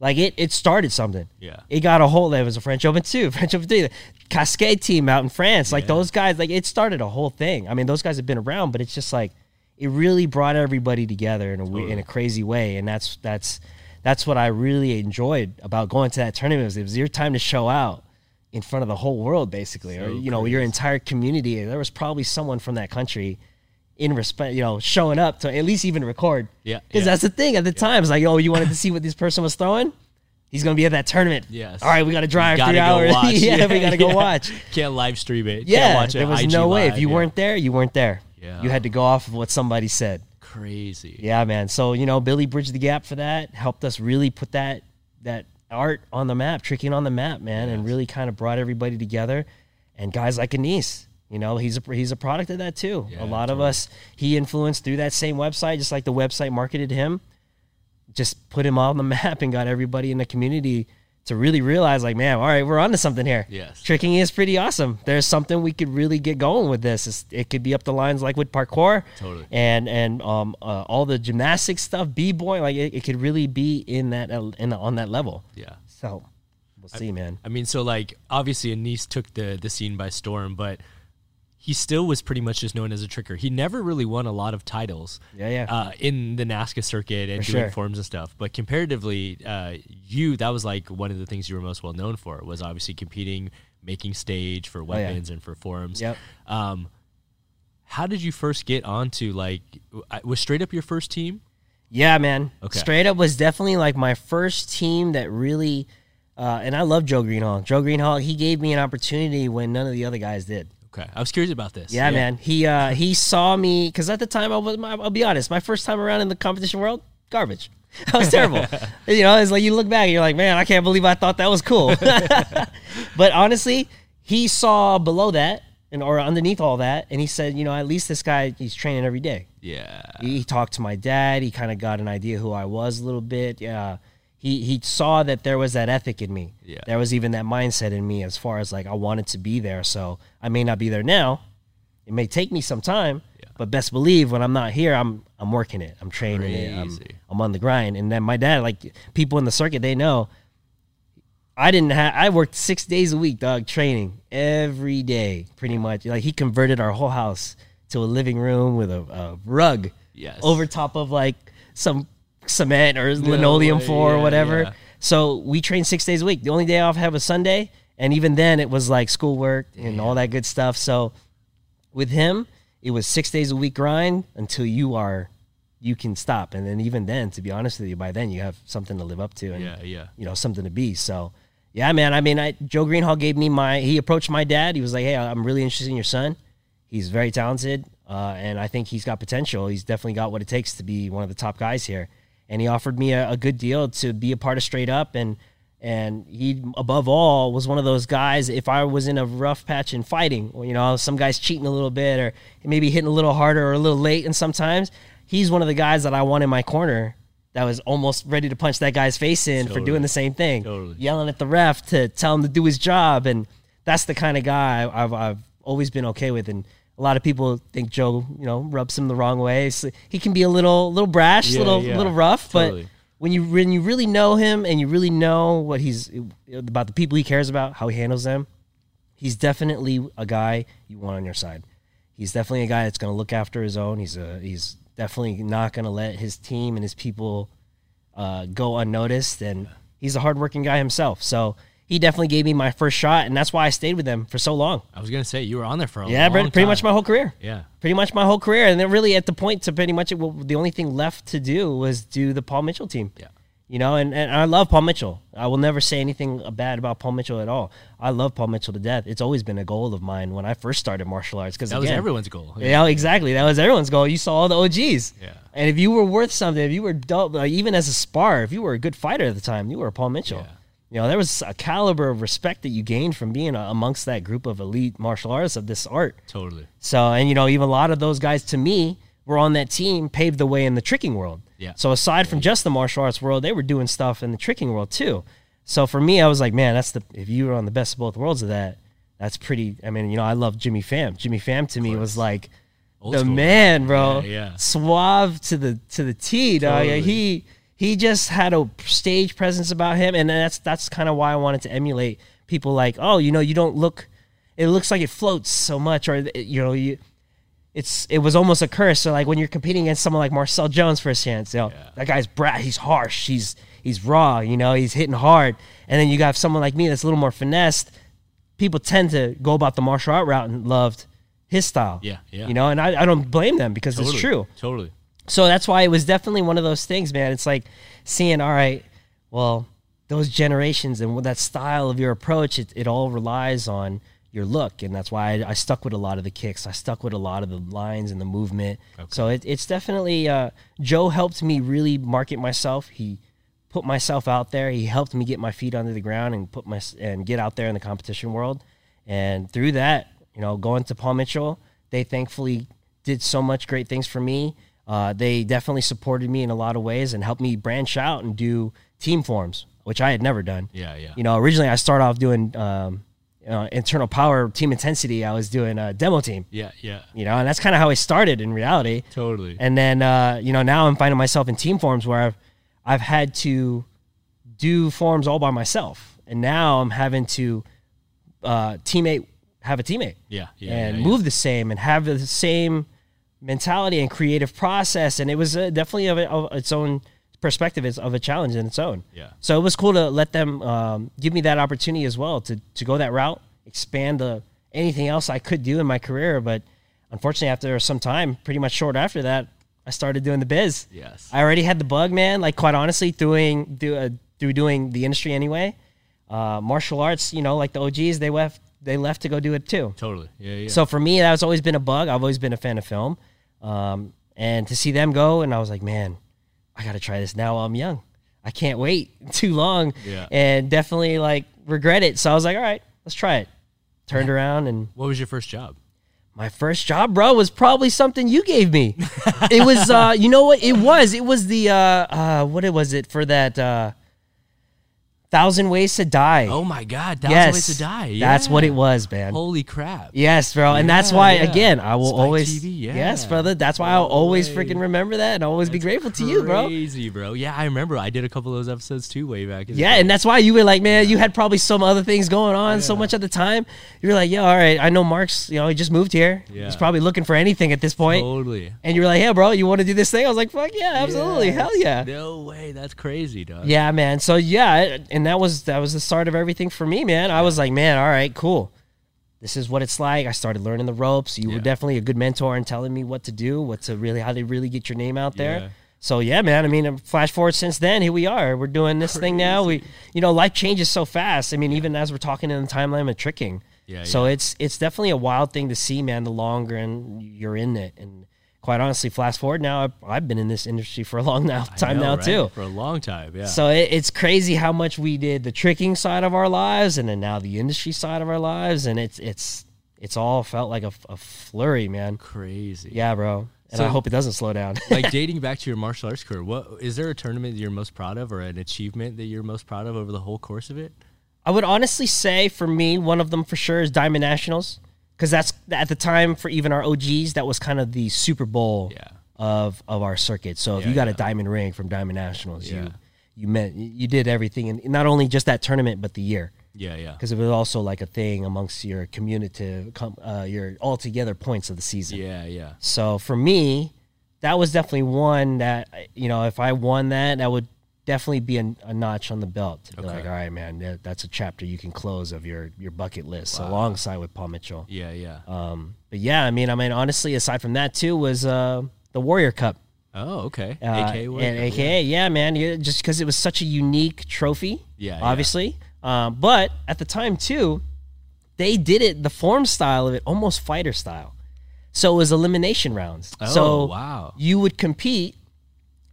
like it it started something.
Yeah.
It got a whole it was a French Open too, French Open too. Cascade team out in France. Like those guys, like it started a whole thing. I mean, those guys have been around, but it's just like it really brought everybody together in a we in a crazy way. And that's that's that's what I really enjoyed about going to that tournament was it was your time to show out in front of the whole world basically or
So
you know your entire community there was probably someone from that country in respect you know showing up to at least even record
Yeah,
because
yeah.
that's the thing at the time it's like oh you wanted to see what this person was throwing he's gonna be at that tournament
Yes.
all right we gotta drive
Gotta
three
go
hours
watch.
yeah, we gotta go
yeah.
watch
Can't live stream it.
yeah
Can't watch it
there was
IG
no way
live,
if you
yeah.
weren't there you weren't there
Yeah.
you had to go off of what somebody said
crazy.
yeah, man. So you know, Billy bridged the gap for that. Helped us really put that that art on the map, tricking on the map, man, and really kind of brought everybody together. And guys like Anise, you know, he's a he's a product of that too.
Yeah,
a lot of us he influenced through that same website, just like the website marketed him. Just put him on the map and got everybody in the community to really realize, like, man, all right, we're onto something here.
Yes.
tricking is pretty awesome. There's something we could really get going with this. It's, it could be up the lines like with parkour,
Totally.
and and um uh, all the gymnastics stuff, b boy, like it, it could really be in that uh, in the, on that level.
Yeah.
So we'll see, man.
I mean, so like obviously Anise took the the scene by storm, but he still was pretty much just known as a tricker. He never really won a lot of titles.
Yeah, yeah.
Uh, in the NASCA circuit and
For
doing
sure.
forms and stuff, but comparatively, uh, you that was like one of the things you were most well known for was obviously competing, making stage for
Oh, yeah.
weapons and for forms.
Yep.
Um, how did you first get onto like w- I- was straight up your first team?
Yeah, man.
Okay.
Straight up was definitely like my first team that really, uh, and I love Joe Greenhall. Joe Greenhall, he gave me an opportunity when none of the other guys did.
Okay, I was curious about this.
Yeah, man. He uh, he saw me because at the time I was. I'll be honest, my first time around in the competition world, garbage. I was terrible. you know, it's like you look back and you're like, man, I can't believe I thought that was cool. but honestly, he saw below that and or underneath all that, and he said, you know, at least this guy he's training every day
Yeah.
he, he talked to my dad. He kind of got an idea who I was a little bit. Yeah, he he saw that there was that ethic in me.
Yeah.
there was even that mindset in me as far as like I wanted to be there. So I may not be there now. It may take me some time, but best believe when I'm not here, I'm I'm working it. I'm training it. I'm,
Crazy.
I'm on the grind. And then my dad, like people in the circuit, they know. I didn't have. I worked six days a week, dog, training every day, pretty much. Like he converted our whole house to a living room with a, a rug
Yes.
over top of like some cement or linoleum
way,
floor or
yeah,
whatever.
yeah.
So we trained six days a week. The only day off I had was Sunday, and even then it was like schoolwork and all that good stuff. So with him, it was six days a week grind until you are you can stop. And then even then, to be honest with you, by then you have something to live up to and
Yeah, yeah.
you know, something to be. So yeah, man. I mean I Joe Greenhall gave me my he approached my dad. He was like, Hey, I'm really interested in your son. He's very talented, uh, and I think he's got potential. He's definitely got what it takes to be one of the top guys here. And he offered me a, a good deal to be a part of straight up and and he above all was one of those guys if i was in a rough patch in fighting or you know some guys cheating a little bit or maybe hitting a little harder or a little late and sometimes he's one of the guys that i want in my corner that was almost ready to punch that guy's face in for doing the same thing
Totally.
yelling at the ref to tell him to do his job and that's the kind of guy i've, I've always been okay with and a lot of people think joe you know rubs him the wrong way so he can be a little little brash
Yeah,
little
yeah.
little rough
Totally.
but when you when you really know him and you really know what he's about the people he cares about, how he handles them, he's definitely a guy you want on your side. He's definitely a guy that's going to look after his own. He's a he's definitely not going to let his team and his people uh, go unnoticed, and he's a hardworking guy himself. So he definitely gave me my first shot, and that's why I stayed with them for so long.
I was gonna say you were on there for a
Yeah,
long
pretty, pretty
time.
much my whole career
yeah.
pretty much my whole career. And then really at the point to pretty much it, well, the only thing left to do was do the Paul Mitchell team.
Yeah.
You know, and, and I love Paul Mitchell. I will never say anything bad about Paul Mitchell at all. I love Paul Mitchell to death. It's always been a goal of mine when I first started martial arts because
That was everyone's goal.
yeah, exactly. That was everyone's goal. You saw all the OGs.
Yeah.
And if you were worth something, if you were dope, like even as a spar, if you were a good fighter at the time, you were a Paul Mitchell.
Yeah.
You know, there was a caliber of respect that you gained from being a, amongst that group of elite martial artists of this art.
Totally.
So, and you know, even a lot of those guys to me were on that team, paved the way in the tricking world.
Yeah.
So, aside from just the martial arts world, they were doing stuff in the tricking world too. So, for me, I was like, man, that's the, if you were on the best of both worlds of that, that's pretty. I mean, you know, I love Jimmy Pham. Jimmy Pham to me was like
Old
the
school.
man, bro.
Yeah, yeah.
Suave to the, to the T, dog.
Totally.
He, he just had a stage presence about him. And that's, that's kind of why I wanted to emulate people like, oh, you know, you don't look, it looks like it floats so much or it- you know you it's it was almost a curse so like when you're competing against someone like Marcel Jones for a chance you know that guy's brat he's harsh he's he's raw you know he's hitting hard and then you got someone like me that's a little more finessed people tend to go about the martial art route and loved his style
Yeah, yeah.
you know and I, I don't blame them because
Totally.
it's true
Totally.
so that's why it was definitely one of those things, man. It's like seeing, all right, well, those generations and what that style of your approach, it, it all relies on your look. And that's why I, I stuck with a lot of the kicks. I stuck with a lot of the lines and the movement. So it, it's definitely, uh, Joe helped me really market myself. He put myself out there. He helped me get my feet under the ground and put my, and get out there in the competition world. And through that, you know, going to Paul Mitchell, they thankfully did so much great things for me. Uh, they definitely supported me in a lot of ways and helped me branch out and do team forms, which I had never done.
Yeah, yeah.
You know, originally I started off doing um, uh, internal power, team intensity. I was doing a demo team,
Yeah, yeah.
you know, and that's kind of how I started in reality.
Totally.
And then uh, you know now I'm finding myself in team forms where I've I've had to do forms all by myself, and now I'm having to uh, teammate have a teammate,
Yeah, yeah,
and
yeah, yeah.
move the same and have the same mentality and creative process, and it was uh, definitely of, a, of its own perspective it's of a challenge in its own.
Yeah.
So it was cool to let them um, give me that opportunity as well to to go that route, expand the anything else I could do in my career. But unfortunately, after some time, pretty much short after that, I started doing the biz.
Yes.
I already had the bug, man. Like quite honestly, doing do, uh, through doing the industry anyway. Uh, martial arts, you know, like the OGs, they left they left to go do it too.
totally. Yeah, yeah.
So for me, that's always been a bug. I've always been a fan of film, um, and to see them go, and I was like, man, I got to try this now while I'm young. I can't wait too long,
Yeah.
and definitely like regret it. So I was like, all right, let's try it. Turned around, and
what was your first job?
my first job, bro, was probably something you gave me. it was, uh, you know what? It was, it was the uh, uh, what it was it for that. Uh, Thousand Ways to Die.
Oh my God, Thousand
yes,
Ways to Die.
That's what
yeah.
it was, man.
Holy crap.
Yes, bro, and that's
Yeah,
why
yeah.
again I will
Spike
always
TV, yeah.
yes, brother. That's why I'll always
Always.
freaking remember that and always be grateful to you, bro.
Crazy, bro. Yeah, I remember. I did a couple of those episodes too way back. in the
Yeah, and that's why you were like, man, you had probably some other things going on so much at the time. You were like, yeah, all right, I know Mark's, you know, he just moved here.
Yeah.
He's probably looking for anything at this point.
Totally.
And you were like, yeah, bro, you want to do this thing? I was like, fuck yeah, absolutely, hell yeah.
No way. That's crazy, dog.
Yeah, man. So yeah, I- and that was that was the start of everything for me, man. I was like, man, all right, cool. This is what it's like. I started learning the ropes. You
Yeah.
were definitely a good mentor in telling me what to do, what to really, how to really get your name out there.
Yeah.
So yeah, man. I mean, um, flash forward since then, here we are. We're doing this thing now. We, you know, life changes so fast. I mean, even as we're talking in the timeline of tricking.
Yeah,
So it's it's definitely a wild thing to see, man. The longer and you're in it, and quite honestly, flash forward now, I've, I've been in this industry for a long now
I
time
know,
now
right?
too.
For a long time. Yeah.
So it, it's crazy how much we did the tricking side of our lives, and then now the industry side of our lives, and it's it's it's all felt like a, f- a flurry, man.
crazy.
Yeah, bro. And I
So-
hope it doesn't slow down.
like dating back to your martial arts career, what is there a tournament that you're most proud of or an achievement that you're most proud of over the whole course of it?
I would honestly say for me, one of them for sure is Diamond Nationals, because that's at the time for even our OGs, that was kind of the Super Bowl
Yeah.
of of our circuit. So if
Yeah,
you got
yeah.
a diamond ring from Diamond Nationals,
Yeah.
you you meant you did everything, and not only just that tournament, but the year.
Yeah, yeah.
because it was also like a thing amongst your community, com- uh, your altogether points of the season.
Yeah, yeah.
So for me, that was definitely one that you know if I won that, that would definitely be a, a notch on the belt. To be
Okay.
like, all right, man, that, that's a chapter you can close of your your bucket list alongside with Paul Mitchell.
Yeah, yeah.
Um, but yeah, I mean, I mean, honestly, aside from that too, was uh, the Warrior Cup.
oh, okay.
Uh,
AKA what?
and AKA, yeah, man, you, just because it was such a unique trophy,
Yeah, yeah.
obviously. Um, but at the time too, they did it the form style of it almost fighter style, so it was elimination rounds.
Oh,
so
wow.
you would compete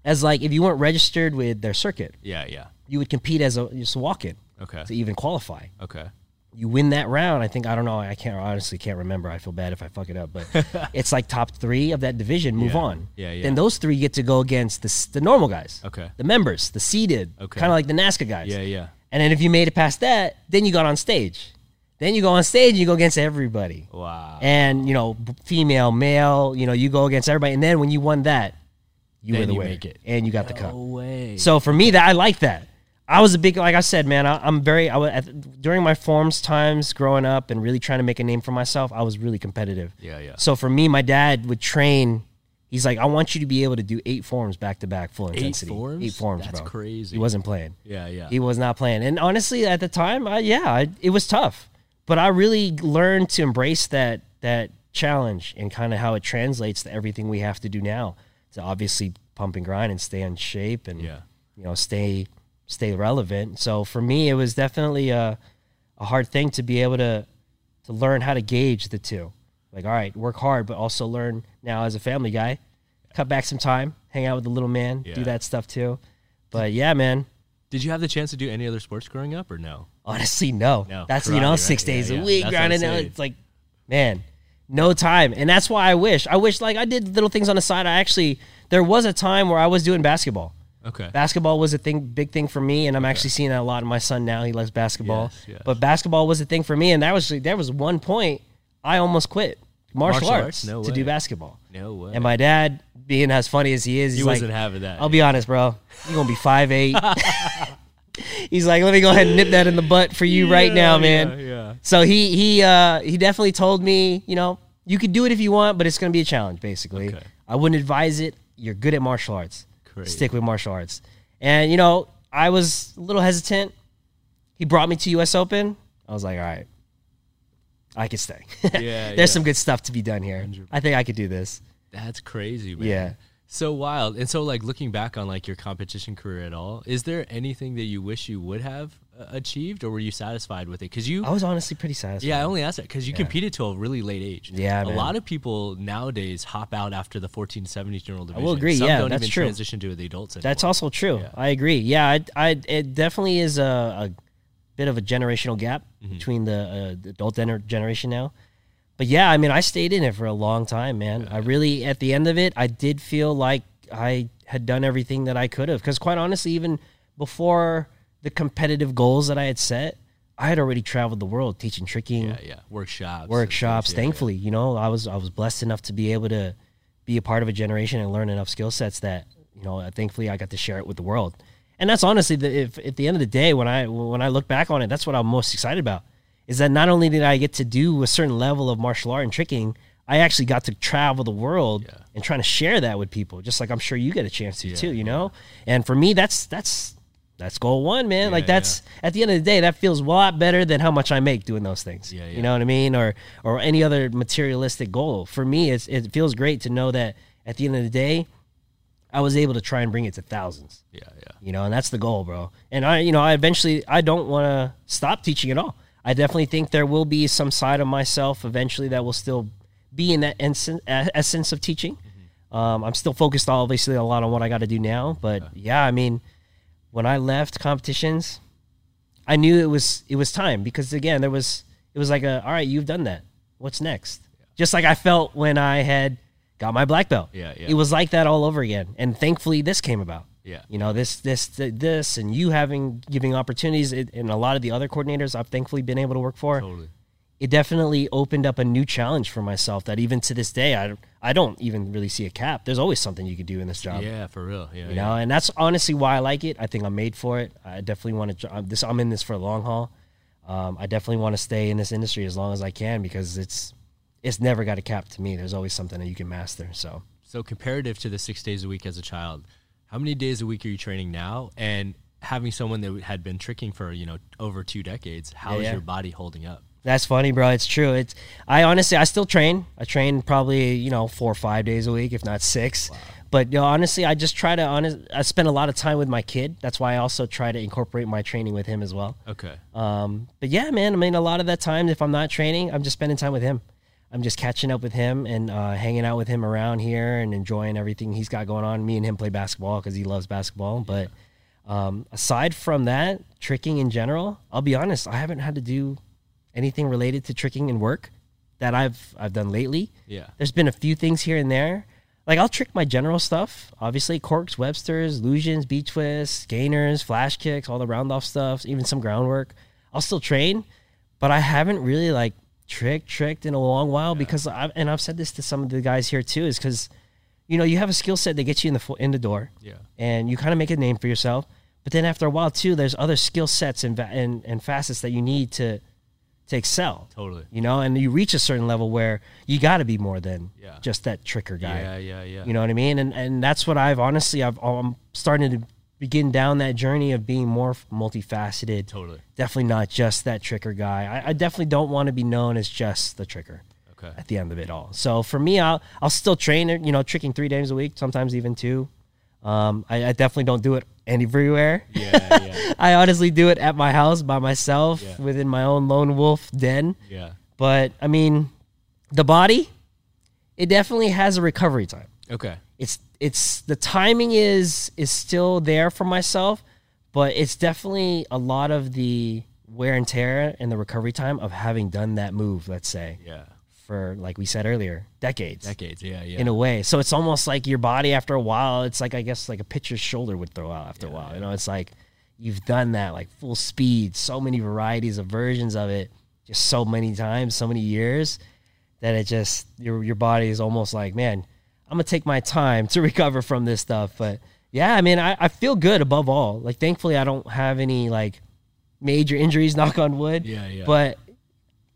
as like if you weren't registered with their circuit,
Yeah, yeah.
you would compete as a just walk in
Okay.
to even qualify
Okay.
you win that round. I think I don't know. I can't honestly can't remember. I feel bad if I fuck it up, but it's like top three of that division. Move
Yeah.
on.
Yeah, yeah.
Then those three get to go against the s- the normal guys.
Okay.
The members, the seeded.
Okay.
Kind of like the NASCA guys.
Yeah, yeah.
And then if you made it past that, then you got on stage. Then you go on stage. and You go against everybody.
Oh, Wow.
And you know, b- female, male. You know, you go against everybody. And then when you won that, you
Then
were the
you
winner,
make it. Oh,
and you got the cup.
no way.
So for me, that I like that. I was a big, like I said, man. I, I'm very. I was at, during my forms times growing up and really trying to make a name for myself. I was really competitive.
Yeah, yeah.
So for me, my dad would train. He's like, I want you to be able to do eight forms back to back, full intensity.
forms?
Eight forms.
That's
bro.
crazy.
He wasn't playing.
yeah, yeah.
He was not playing. And honestly, at the time, I, yeah, I, it was tough. But I really learned to embrace that that challenge and kind of how it translates to everything we have to do now to obviously pump and grind and stay in shape and
Yeah.
you know stay stay relevant. So for me, it was definitely a a hard thing to be able to to learn how to gauge the two. Like, all right, work hard, but also learn now as a family guy, cut back some time, hang out with the little man,
Yeah.
do that stuff too. But yeah, man,
Did you have the chance to do any other sports growing up or no?
Honestly, no.
No,
that's
karate,
you know
right?
six
Yeah,
days
yeah.
a week
That's what I'm
grinding. out.
saying.
It's like, man, no time, and that's why I wish. I wish like I did little things on the side. I actually there was a time where I was doing basketball.
Okay.
Basketball was a thing, big thing for me, and I'm actually seeing that a lot in my son now. He loves basketball,
Yes, yes.
but basketball was a thing for me, and that was there was one point I almost quit martial,
Martial
arts,
arts? No
to do
way.
basketball.
no way.
And my dad, being as funny as he is, he's
he
like,
wasn't having that.
I'll be honest, bro. You're gonna be five eight. He's like, let me go ahead and nip that in the butt for you right
Yeah,
now,
yeah,
man.
yeah.
So he he uh, he definitely told me, you know, you could do it if you want, but it's gonna be a challenge. Basically,
Okay.
I wouldn't advise it. You're good at martial arts.
Great.
Stick with martial arts. And you know, I was a little hesitant. He brought me to U.S. Open. I was like, all right, I could stay.
Yeah,
There's
yeah.
some good stuff to be done here. I think I could do this.
That's crazy, man.
Yeah.
So wild. And so like looking back on like your competition career at all, is there anything that you wish you would have uh, achieved or were you satisfied with it? Cuz you
I was honestly pretty satisfied.
Yeah, I only asked that cuz you competed till a really late age.
Yeah,
A
man.
lot of people nowadays hop out after the 14 to 17 year old division.
agree,
Some
yeah,
don't
that's
even
true.
transition to the adults anymore.
That's also true. I agree. Yeah, I, I, it definitely is a, a bit of a generational gap between the, uh, the adult gener- generation now. But yeah, I mean, I stayed in it for a long time, man. I really, at the end of it, I did feel like I had done everything that I could have. Because quite honestly, even before the competitive goals that I had set, I had already traveled the world teaching tricking,
Yeah, yeah. Workshops.
workshops.
Yeah, yeah.
thankfully, you know, I was I was blessed enough to be able to be a part of a generation and learn enough skill sets that you know, uh, thankfully, I got to share it with the world. And that's honestly, the, if at the end of the day, when I when I look back on it, that's what I'm most excited about. Is that not only did I get to do a certain level of martial art and tricking, I actually got to travel the world
Yeah.
and trying to share that with people. Just like I'm sure you get a chance to too, you know. And for me, that's that's that's goal one, man. like
yeah.
that's at the end of the day, that feels a lot better than how much I make doing those things.
Yeah, yeah.
You know what I mean? Or or any other materialistic goal. For me, it's it feels great to know that at the end of the day, I was able to try and bring it to thousands.
Yeah, yeah.
You know, and that's the goal, bro. And I, you know, I eventually I don't want to stop teaching at all. I definitely think there will be some side of myself eventually that will still be in that essence, essence of teaching.
Mm-hmm.
Um, I'm still focused obviously a lot on what I got to do now, but yeah, I mean, when I left competitions, I knew it was it was time because again there was it was like a all right you've done that what's next just like I felt when I had got my black belt
Yeah, yeah.
it was like that all over again and thankfully this came about
Yeah.
you know this this th- this and you having giving opportunities it, and a lot of the other coordinators I've thankfully been able to work for
Totally.
it definitely opened up a new challenge for myself that even to this day I I don't even really see a cap there's always something you could do in this job
Yeah, for real. Yeah.
Um, you
yeah.
know and that's honestly why i like it i think i'm made for it i definitely want to this i'm in this for the long haul um, i definitely want to stay in this industry as long as i can because it's it's never got a cap to me there's always something that you can master so
So comparative to the six days a week as a child, how many days a week are you training now? And having someone that had been tricking for you know over two decades, how is
Yeah, yeah.
your body holding up?
that's funny bro it's true it's i honestly i still train i train probably you know four or five days a week if not six but you know, honestly i just try to honest i spend a lot of time with my kid that's why i also try to incorporate my training with him as well
Okay.
Um, but yeah, man, I mean, a lot of that time, if I'm not training, I'm just spending time with him. I'm just catching up with him and uh, hanging out with him around here and enjoying everything he's got going on. Me and him play basketball because he loves basketball. But um, aside from that, tricking in general, I'll be honest, I haven't had to do anything related to tricking and work that I've I've done lately.
Yeah.
There's been a few things here and there. Like I'll trick my general stuff, obviously corks, Websters, illusions, beach twists, gainers, flash kicks, all the round off stuff, even some groundwork. I'll still train, but I haven't really like tricked tricked in a long while because I and I've said this to some of the guys here too is because you know you have a skill set that gets you in the fo- in the door,
Yeah.
and you kind of make a name for yourself. But then after a while too, there's other skill sets and va- and and facets that you need to to excel
Totally.
you know, and you reach a certain level where you got to be more than
Yeah.
just that tricker guy.
Yeah, yeah, yeah.
You know what I mean? And and that's what I've honestly I've oh, I'm starting to begin down that journey of being more multifaceted.
Totally.
Definitely not just that tricker guy. I, I definitely don't want to be known as just the tricker
Okay.
at the end of it all. So for me, I'll I'll still train. You know, tricking three days a week, sometimes even two. Um, I, I definitely don't do it everywhere.
Yeah, yeah,
I honestly do it at my house by myself
Yeah.
within my own lone wolf den.
yeah.
But I mean, the body, it definitely has a recovery time.
Okay.
It's it's the timing is is still there for myself, but it's definitely a lot of the wear and tear and the recovery time of having done that move, let's say,
Yeah.
for like we said earlier, decades
Decades. Yeah, yeah.
in a way. So it's almost like your body after a while, it's like I guess like a pitcher's shoulder would throw out after a while. You know, it's like you've done that like full speed, so many varieties of versions of it, just so many times, so many years that it just your your body is almost like, man, I'm gonna take my time to recover from this stuff. But yeah, I mean I, I feel good above all. Like thankfully I don't have any like major injuries, knock on wood.
Yeah, yeah.
But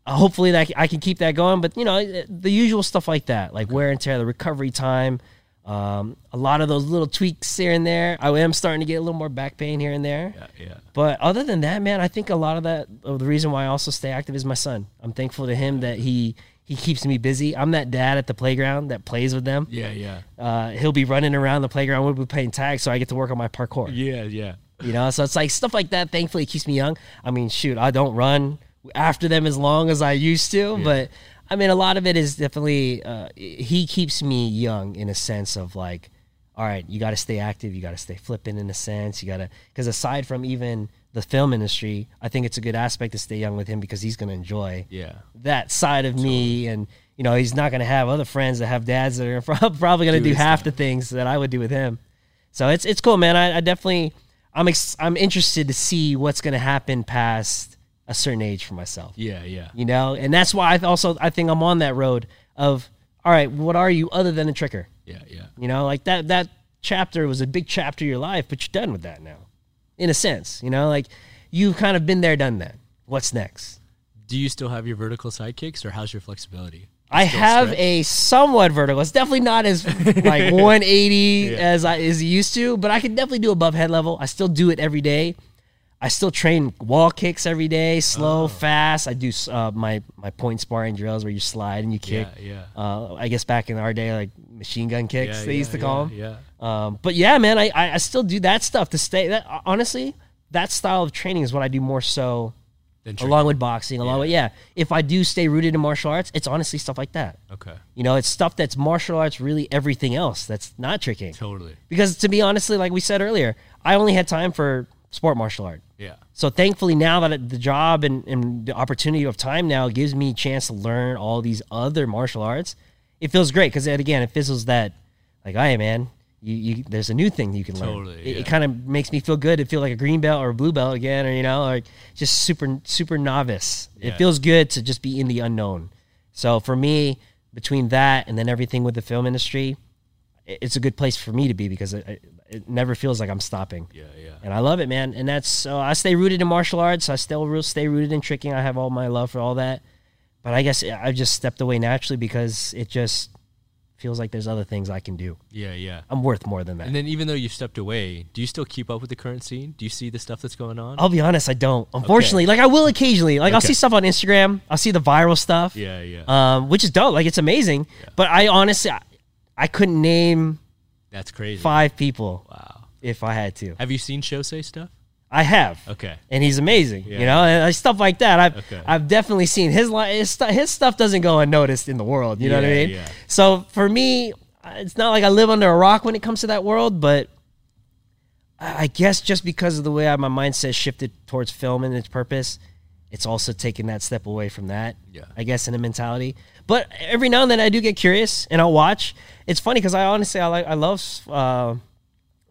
hopefully that I can keep that going. But you know, the usual stuff like that, like wear and tear, the recovery time, um, a lot of those little tweaks here and there. I am starting to get a little more back pain here and there.
yeah, yeah.
But other than that, man, I think a lot of that of the reason why I also stay active is my son. I'm thankful to him that he he keeps me busy. I'm that dad at the playground that plays with them.
Yeah, yeah.
Uh, he'll be running around the playground. We'll be playing tag, so I get to work on my parkour
Yeah, yeah.
you know so it's like stuff like that thankfully it keeps me young i mean shoot i don't run after them as long as i used to but i mean a lot of it is definitely uh, he keeps me young in a sense of like all right you got to stay active you got to stay flippant in a sense you got to because aside from even the film industry i think it's a good aspect to stay young with him because he's going to enjoy
Yeah.
that side of me and you know he's not going to have other friends that have dads that are prob- probably going to do
his
half the things that i would do with him so it's it's cool man i, I definitely I'm ex- I'm interested to see what's going to happen past a certain age for myself.
Yeah, yeah.
You know, and that's why I also I think I'm on that road of all right, what are you other than a tricker?
Yeah, yeah.
You know, like that that chapter was a big chapter of your life, but you're done with that now. In a sense, you know, like you've kind of been there, done that. What's next?
Do you still have your vertical sidekicks or how's your flexibility?
I have a somewhat vertical. It's definitely not as like 180 as I is used to, but I can definitely do above head level. I still do it every day. I still train wall kicks every day,
Ah.
slow, fast. I do uh, my my point sparring drills where you slide and you kick.
Yeah, yeah.
Uh, I guess back in our day, like machine gun kicks,
Yeah,
they
yeah,
used to
yeah,
call them.
Yeah.
Um, but yeah, man, I, I I still do that stuff to stay. That honestly, that style of training is what I do more so,
Then
along with boxing, along with yeah. If I do stay rooted in martial arts, it's honestly stuff like that.
Okay.
You know, it's stuff that's martial arts, really everything else that's not tricking.
Totally.
Because to be honestly, like we said earlier, I only had time for sport martial art.
Yeah.
So thankfully, now that the job and, and the opportunity of time now gives me a chance to learn all these other martial arts, it feels great. Because again, it fizzles that, like, hey man, you, you there's a new thing you can learn.
Totally,
It,
yeah.
it kind of makes me feel good to feel like a green belt or a blue belt again, or you know, like just super super novice.
Yeah.
It feels good to just be in the unknown. So for me, between that and then everything with the film industry, it- it's a good place for me to be because it, it, it never feels like I'm stopping
Yeah, yeah.
and I love it, man. And that's so I stay rooted in martial arts. I still real stay rooted in tricking. I have all my love for all that, but I guess I've just stepped away naturally because it just feels like there's other things I can do.
Yeah, yeah.
I'm worth more than
And
that.
then even though you've stepped away, do you still keep up with the current scene? Do you see the stuff that's going on?
I'll be honest, I don't. Unfortunately, like I will occasionally, like I'll
Okay.
see stuff on Instagram. I'll see the viral stuff,
Yeah, yeah.
um, which is dope. Like it's amazing. But I honestly, I, I couldn't name
that's crazy.
five people
Wow.
if I had to.
Have you seen Shosei stuff?
I have.
Okay.
and he's amazing.
Yeah.
You know, and like, stuff like that. I've
Okay.
I've definitely seen his li- his, stu- his stuff doesn't go unnoticed in the world. You know what
Yeah,
I mean?
yeah.
So for me, I- it's not like I live under a rock when it comes to that world, but I I guess just because of the way I, my mindset shifted towards film and its purpose, it's also taking that step away from that.
Yeah.
I guess in a mentality. But every now and then I do get curious and I'll watch. It's funny because I honestly I like I love. Uh,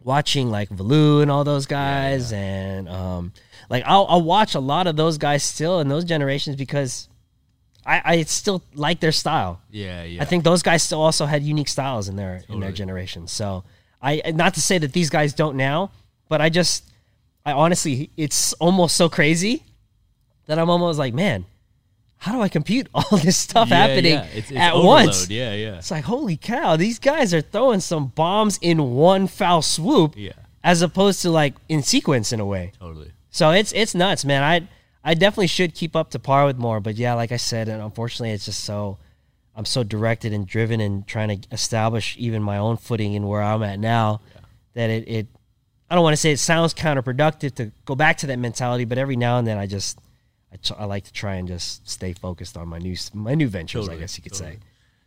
watching like Valoo and all those guys, and um, like I'll, I'll watch a lot of those guys still and those generations because I, I still like their style.
Yeah, yeah.
I think those guys still also had unique styles in their in their
Totally.
generation. So I and not to say that these guys don't now, but I just I honestly it's almost so crazy that I'm almost like man. How do I compute all this stuff
Yeah,
happening
yeah. It's- it's
at
overload.
once?
Yeah, yeah.
It's like, holy cow, these guys are throwing some bombs in one foul swoop.
Yeah.
As opposed to like in sequence in a way.
Totally.
So it's it's nuts, man. I I definitely should keep up to par with more, but yeah, like I said, and unfortunately it's just so I'm so directed and driven and trying to establish even my own footing in where I'm at now that it, it I don't want to say it sounds counterproductive to go back to that mentality, but every now and then I just I, t- I like to try and just stay focused on my new s- my new ventures,
Totally,
I guess you could
totally.
say.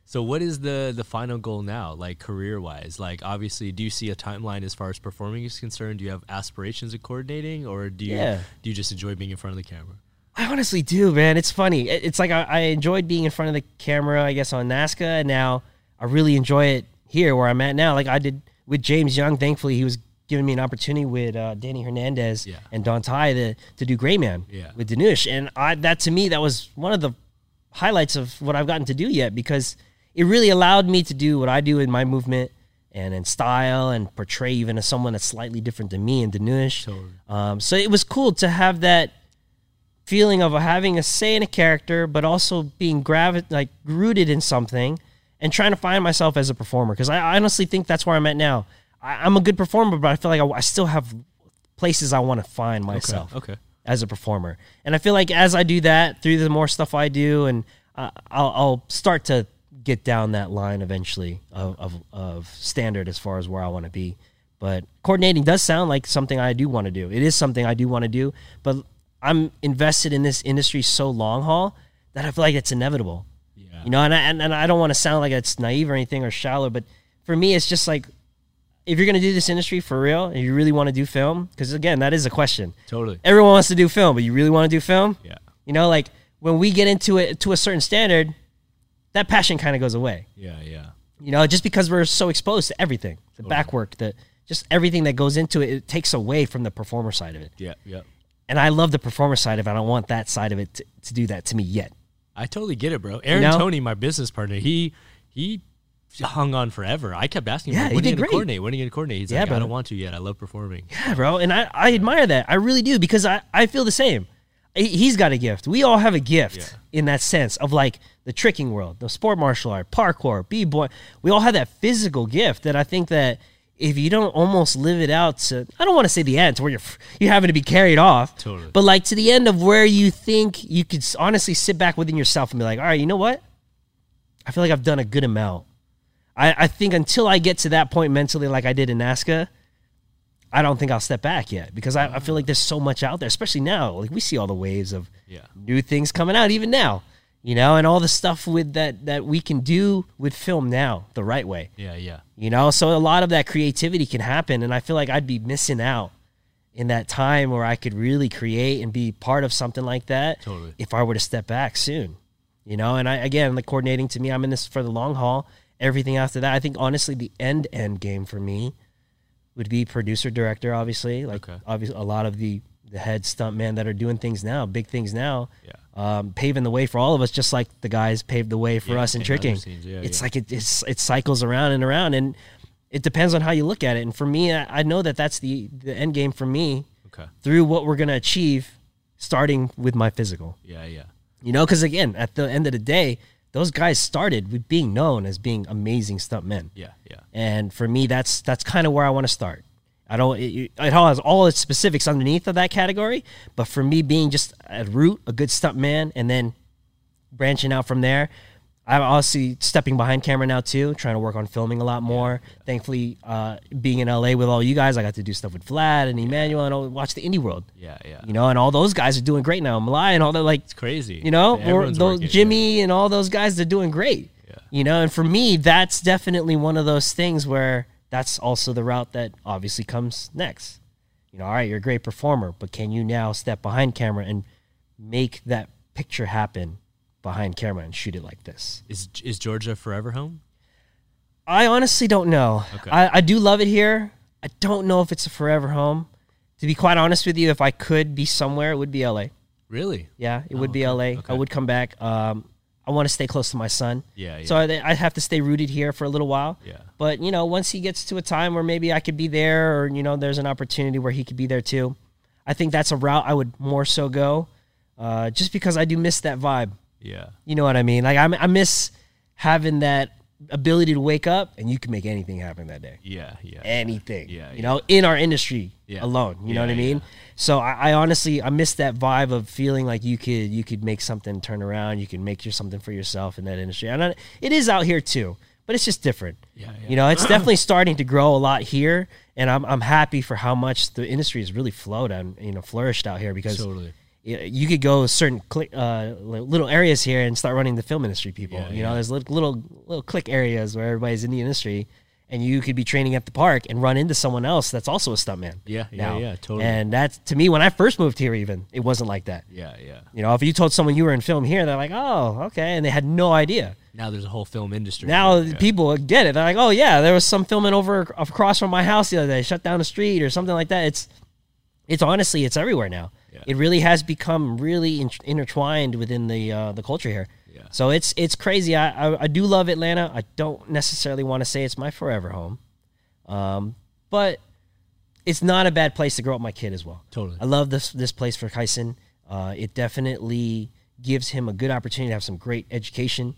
So what is the the final goal now, like career wise? Like obviously, do you see a timeline as far as performing is concerned? Do you have aspirations of coordinating, or do you
Yeah.
do you just enjoy being in front of the camera?
I honestly do, man. It's funny. It- It's like I, I enjoyed being in front of the camera, I guess, on NASCA, and now I really enjoy it here where I'm at now. Like I did with James Young. Thankfully, he was giving me an opportunity with uh, Danny Hernandez
Yeah.
and Don Ty to, to do Gray Man
Yeah.
with Danush, and I that to me that was one of the highlights of what I've gotten to do yet because it really allowed me to do what I do in my movement and in style and portray even as someone that's slightly different than me and Danush.
Totally.
Um, so it was cool to have that feeling of having a say in a character, but also being gravi- like rooted in something and trying to find myself as a performer. Because I I honestly think that's where I'm at now. I, I'm a good performer, but I feel like I, I still have places I want to find myself
Okay.
as a performer. And I feel like as I do that, through the more stuff I do, and uh, I'll, I'll start to get down that line eventually of, of, of standard as far as where I want to be. But coordinating does sound like something I do want to do. It is something I do want to do, but I'm invested in this industry so long haul that I feel like it's inevitable.
Yeah.
You know, and I, and, and I don't want to sound like it's naive or anything or shallow, but for me, it's just like if you're going to do this industry for real and you really want to do film, because again, that is a question
Totally.
everyone wants to do film, but you really want to do film?
Yeah.
You know, like when we get into it to a certain standard, that passion kind of goes away.
Yeah. Yeah.
You know, just because we're so exposed to everything, the back work, the just everything that goes into it, it takes away from the performer side of it.
Yeah, yeah.
And I love the performer side of it. I don't want that side of it to, to do that to me yet.
I totally get it, bro. Aaron
You know?
Tony, my business partner, he he hung on forever. I kept asking him,
Yeah,
like,
he
when are you
did
gonna
great.
coordinate? When are you gonna coordinate? He's
Yeah,
like, I
bro.
don't want to yet. I love performing.
Yeah, bro. And I, I admire that. I really do because I, I feel the same. He- He's got a gift. We all have a gift in that sense of like the tricking world, the sport martial art, parkour, b boy. We all have that physical gift that I think that if you don't almost live it out to, I don't want to say the end to where you're f- you're having to be carried off,
Totally.
but like to the end of where you think you could s- honestly sit back within yourself and be like, all right, you know what? I feel like I've done a good amount. I, I think until I get to that point mentally, like I did in NASCA, I don't think I'll step back yet because I, I feel like there's so much out there, especially now. Like we see all the waves of
Yeah.
new things coming out, even now, you know, and all the stuff with that that we can do with film now the right way,
Yeah, yeah.
you know. So a lot of that creativity can happen, and I feel like I'd be missing out in that time where I could really create and be part of something like that
Totally.
if I were to step back soon, you know. And I again, like coordinating to me, I'm in this for the long haul. Everything after that, I think honestly, the end end game for me would be producer director, obviously. Like
Okay.
obviously, a lot of the the head stuntmen that are doing things now, big things now,
Yeah.
um, paving the way for all of us, just like the guys paved the way for
Yeah,
us in
and
tricking.
other scenes, yeah,
it's
yeah.
like it it's, it cycles around and around, and it depends on how you look at it. And for me, I, I know that that's the the end game for me
Okay.
through what we're gonna achieve, starting with my physical.
Yeah, yeah.
You know, because again, at the end of the day, those guys started with being known as being amazing stuntmen.
Yeah, yeah.
And for me, that's that's kind of where I want to start. I don't. It, it all has all its specifics underneath of that category, but for me, being just at root a good stuntman, and then branching out from there. I'm obviously stepping behind camera now too, trying to work on filming a lot more. Thankfully, uh, being in LA with all you guys, I got to do stuff with Vlad and Emmanuel, and all, watch the indie world.
Yeah, yeah.
You know, and all those guys are doing great now. Malai and all that, like
It's crazy.
you know,
Yeah,
or
everyone's
those
working, yeah.
Jimmy and all those guys, they're doing great.
Yeah.
You know, and for me, that's definitely one of those things where that's also the route that obviously comes next. You know, all right, you're a great performer, but can you now step behind camera and make that picture happen behind camera and shoot it like this?
Is is Georgia forever home?
I honestly don't know.
Okay.
I, I do love it here. I don't know if it's a forever home. To be quite honest with you, if I could be somewhere, it would be LA.
Really?
Yeah, it would be LA. I would come back. Um, I want to stay close to my son.
Yeah, yeah.
So I, I have to stay rooted here for a little while.
Yeah.
But you know, once he gets to a time where maybe I could be there, or you know, there's an opportunity where he could be there too. I think that's a route I would more so go, uh, just because I do miss that vibe.
Yeah.
You know what I mean? Like I, I miss having that ability to wake up and you can make anything happen that day
Yeah,
Eh.
yeah.
anything.
Yeah,
you know, in our industry
Yeah.
alone. You know
Yeah,
what I mean? So I, I honestly I miss that vibe of feeling like you could you could make something turn around, you can make your something for yourself in that industry. And I, it is out here too, but it's just different.
Yeah, yeah.
You know, it's definitely starting to grow a lot here, and I'm I'm happy for how much the industry has really flowed and you know flourished out here because
Totally.
you- you could go certain click, uh, li- little areas here and start running the film industry people.
Yeah,
you know, there's lit- little little click areas where everybody's in the industry, and you could be training at the park and run into someone else that's also a stuntman.
Yeah, yeah,
now.
yeah, totally.
And that's to me when I first moved here, even it wasn't like that.
Yeah, yeah.
You know, if you told someone you were in film here, they're like, "Oh, okay," and they had no idea.
Now there's a whole film industry.
Now
Yeah.
people get it. They're like, "Oh yeah, there was some filming over ac- across from my house the other day, shut down the street or something like that." It's it's honestly it's everywhere now.
Yeah.
It really has become really in- intertwined within the uh, the culture here.
Yeah.
So it's it's crazy. I, I I do love Atlanta. I don't necessarily want to say it's my forever home, um, but it's not a bad place to grow up my kid as well.
Totally.
I love this this place for Kyson. Uh, it definitely gives him a good opportunity to have some great education.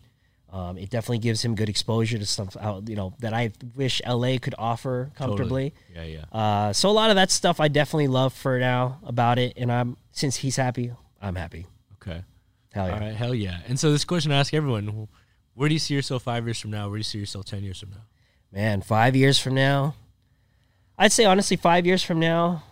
Um, it definitely gives him good exposure to stuff out, you know, that I wish LA could offer comfortably.
Totally. Yeah, yeah.
Uh, so a lot of that stuff I definitely love for now about it, and I'm since he's happy, I'm happy.
Okay.
Hell yeah.
All right, hell yeah. And so this question I ask everyone, where do you see yourself five years from now? Where do you see yourself ten years from now?
man, five years from now, I'd say honestly, five years from now,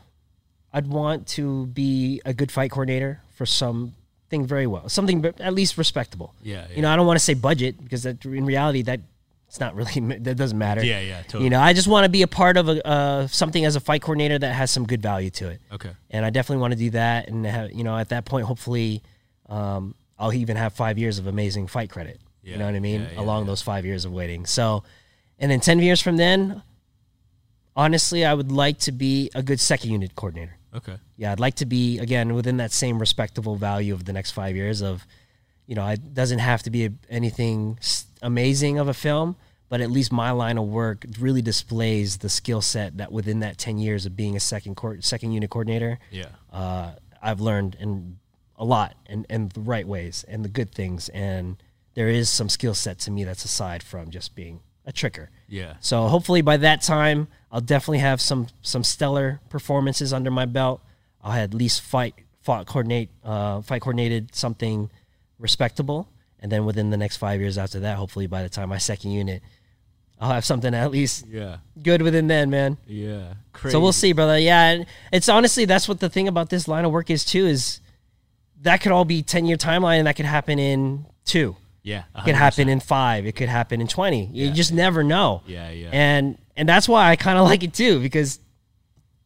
I'd want to be a good fight coordinator for something very well, something b- at least respectable.
Yeah, yeah.
You know, I don't want to say budget because that, in reality, that it's not really that doesn't matter.
Yeah, yeah, totally.
You know, I just want to be a part of a uh, something as a fight coordinator that has some good value to it
Okay.
and I definitely want to do that. And have, you know, at that point, hopefully, um, I'll even have five years of amazing fight credit.
Yeah,
you know what I mean?
yeah, yeah,
Along those five years of waiting. So, and then ten years from then, honestly, I would like to be a good second unit coordinator.
Okay.
Yeah, I'd like to be again within that same respectable value of the next five years of, you know, it doesn't have to be a- anything s- amazing of a film, but at least my line of work really displays the skill set that within that ten years of being a second coor- second unit coordinator,
Yeah.
uh, I've learned and a lot and and the right ways and the good things and there is some skill set to me that's aside from just being a tricker.
Yeah.
So hopefully by that time, I'll definitely have some some stellar performances under my belt. I'll at least fight fought coordinate uh, fight coordinated something respectable, and then within the next five years after that, hopefully by the time my second unit, I'll have something at least
Yeah.
good within then, man.
Yeah. Crazy.
So we'll see, brother. Yeah, and it's honestly that's what the thing about this line of work is too is that could all be ten year timeline, and that could happen in two.
Yeah.
It could
100%.
happen in five. It could happen in twenty. You just never know.
Yeah, yeah.
And and that's why I kind of like it too because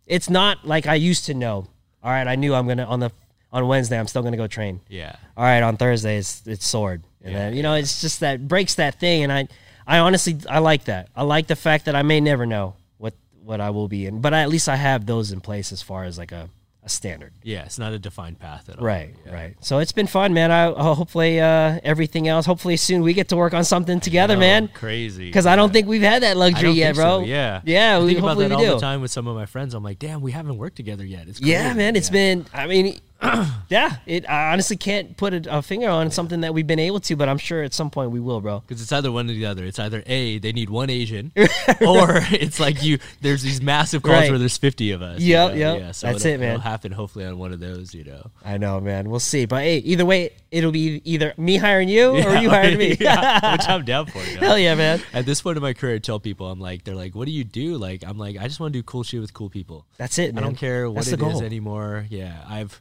it's not like I used to know. All right, I knew I'm gonna on the on Wednesday. I'm still gonna go train.
Yeah.
All right, on Thursday it's it's sword, and then you know it's just that breaks that thing. And I I honestly I like that. I like the fact that I may never know what what I will be in, but at least I have those in place as far as like a a standard.
Yeah. It's not a defined path at all.
Right,
Yeah.
right. So it's been fun, man. I, I hopefully uh, everything else. Hopefully soon we get to work on something together,
No,
man.
Crazy.
Because I don't think we've had that
I
luxury
don't
yet,
think
bro.
So. Yeah.
yeah.
I
We
think about
hopefully
that
we
all
do.
the time with some of my friends. I'm like, damn, we haven't worked together yet. It's
Yeah,
crazy.
man. it's
Yeah.
been. I mean, yeah. It. I honestly can't put a, a finger on something that we've been able to, but I'm sure at some point we will, bro.
Because it's either one or the other. It's either a they need one Asian, or it's like you. There's these massive calls
Right.
where there's 50 of us.
Yep,
you know?
yep.
Yeah, so
That's
it'll,
it, man.
It'll happen hopefully on one of those. You know.
I know, man. We'll see. But hey, either way, it'll be either me hiring you or you hiring me.
Yeah, which I'm down for. you know?
Hell yeah, man.
At this point in my career, I tell people I'm like, they're like, what do you do? Like, I'm like, I just want to do cool shit with cool people.
That's it. Man.
I don't care what
That's
it
the
is
goal.
anymore. Yeah, I've,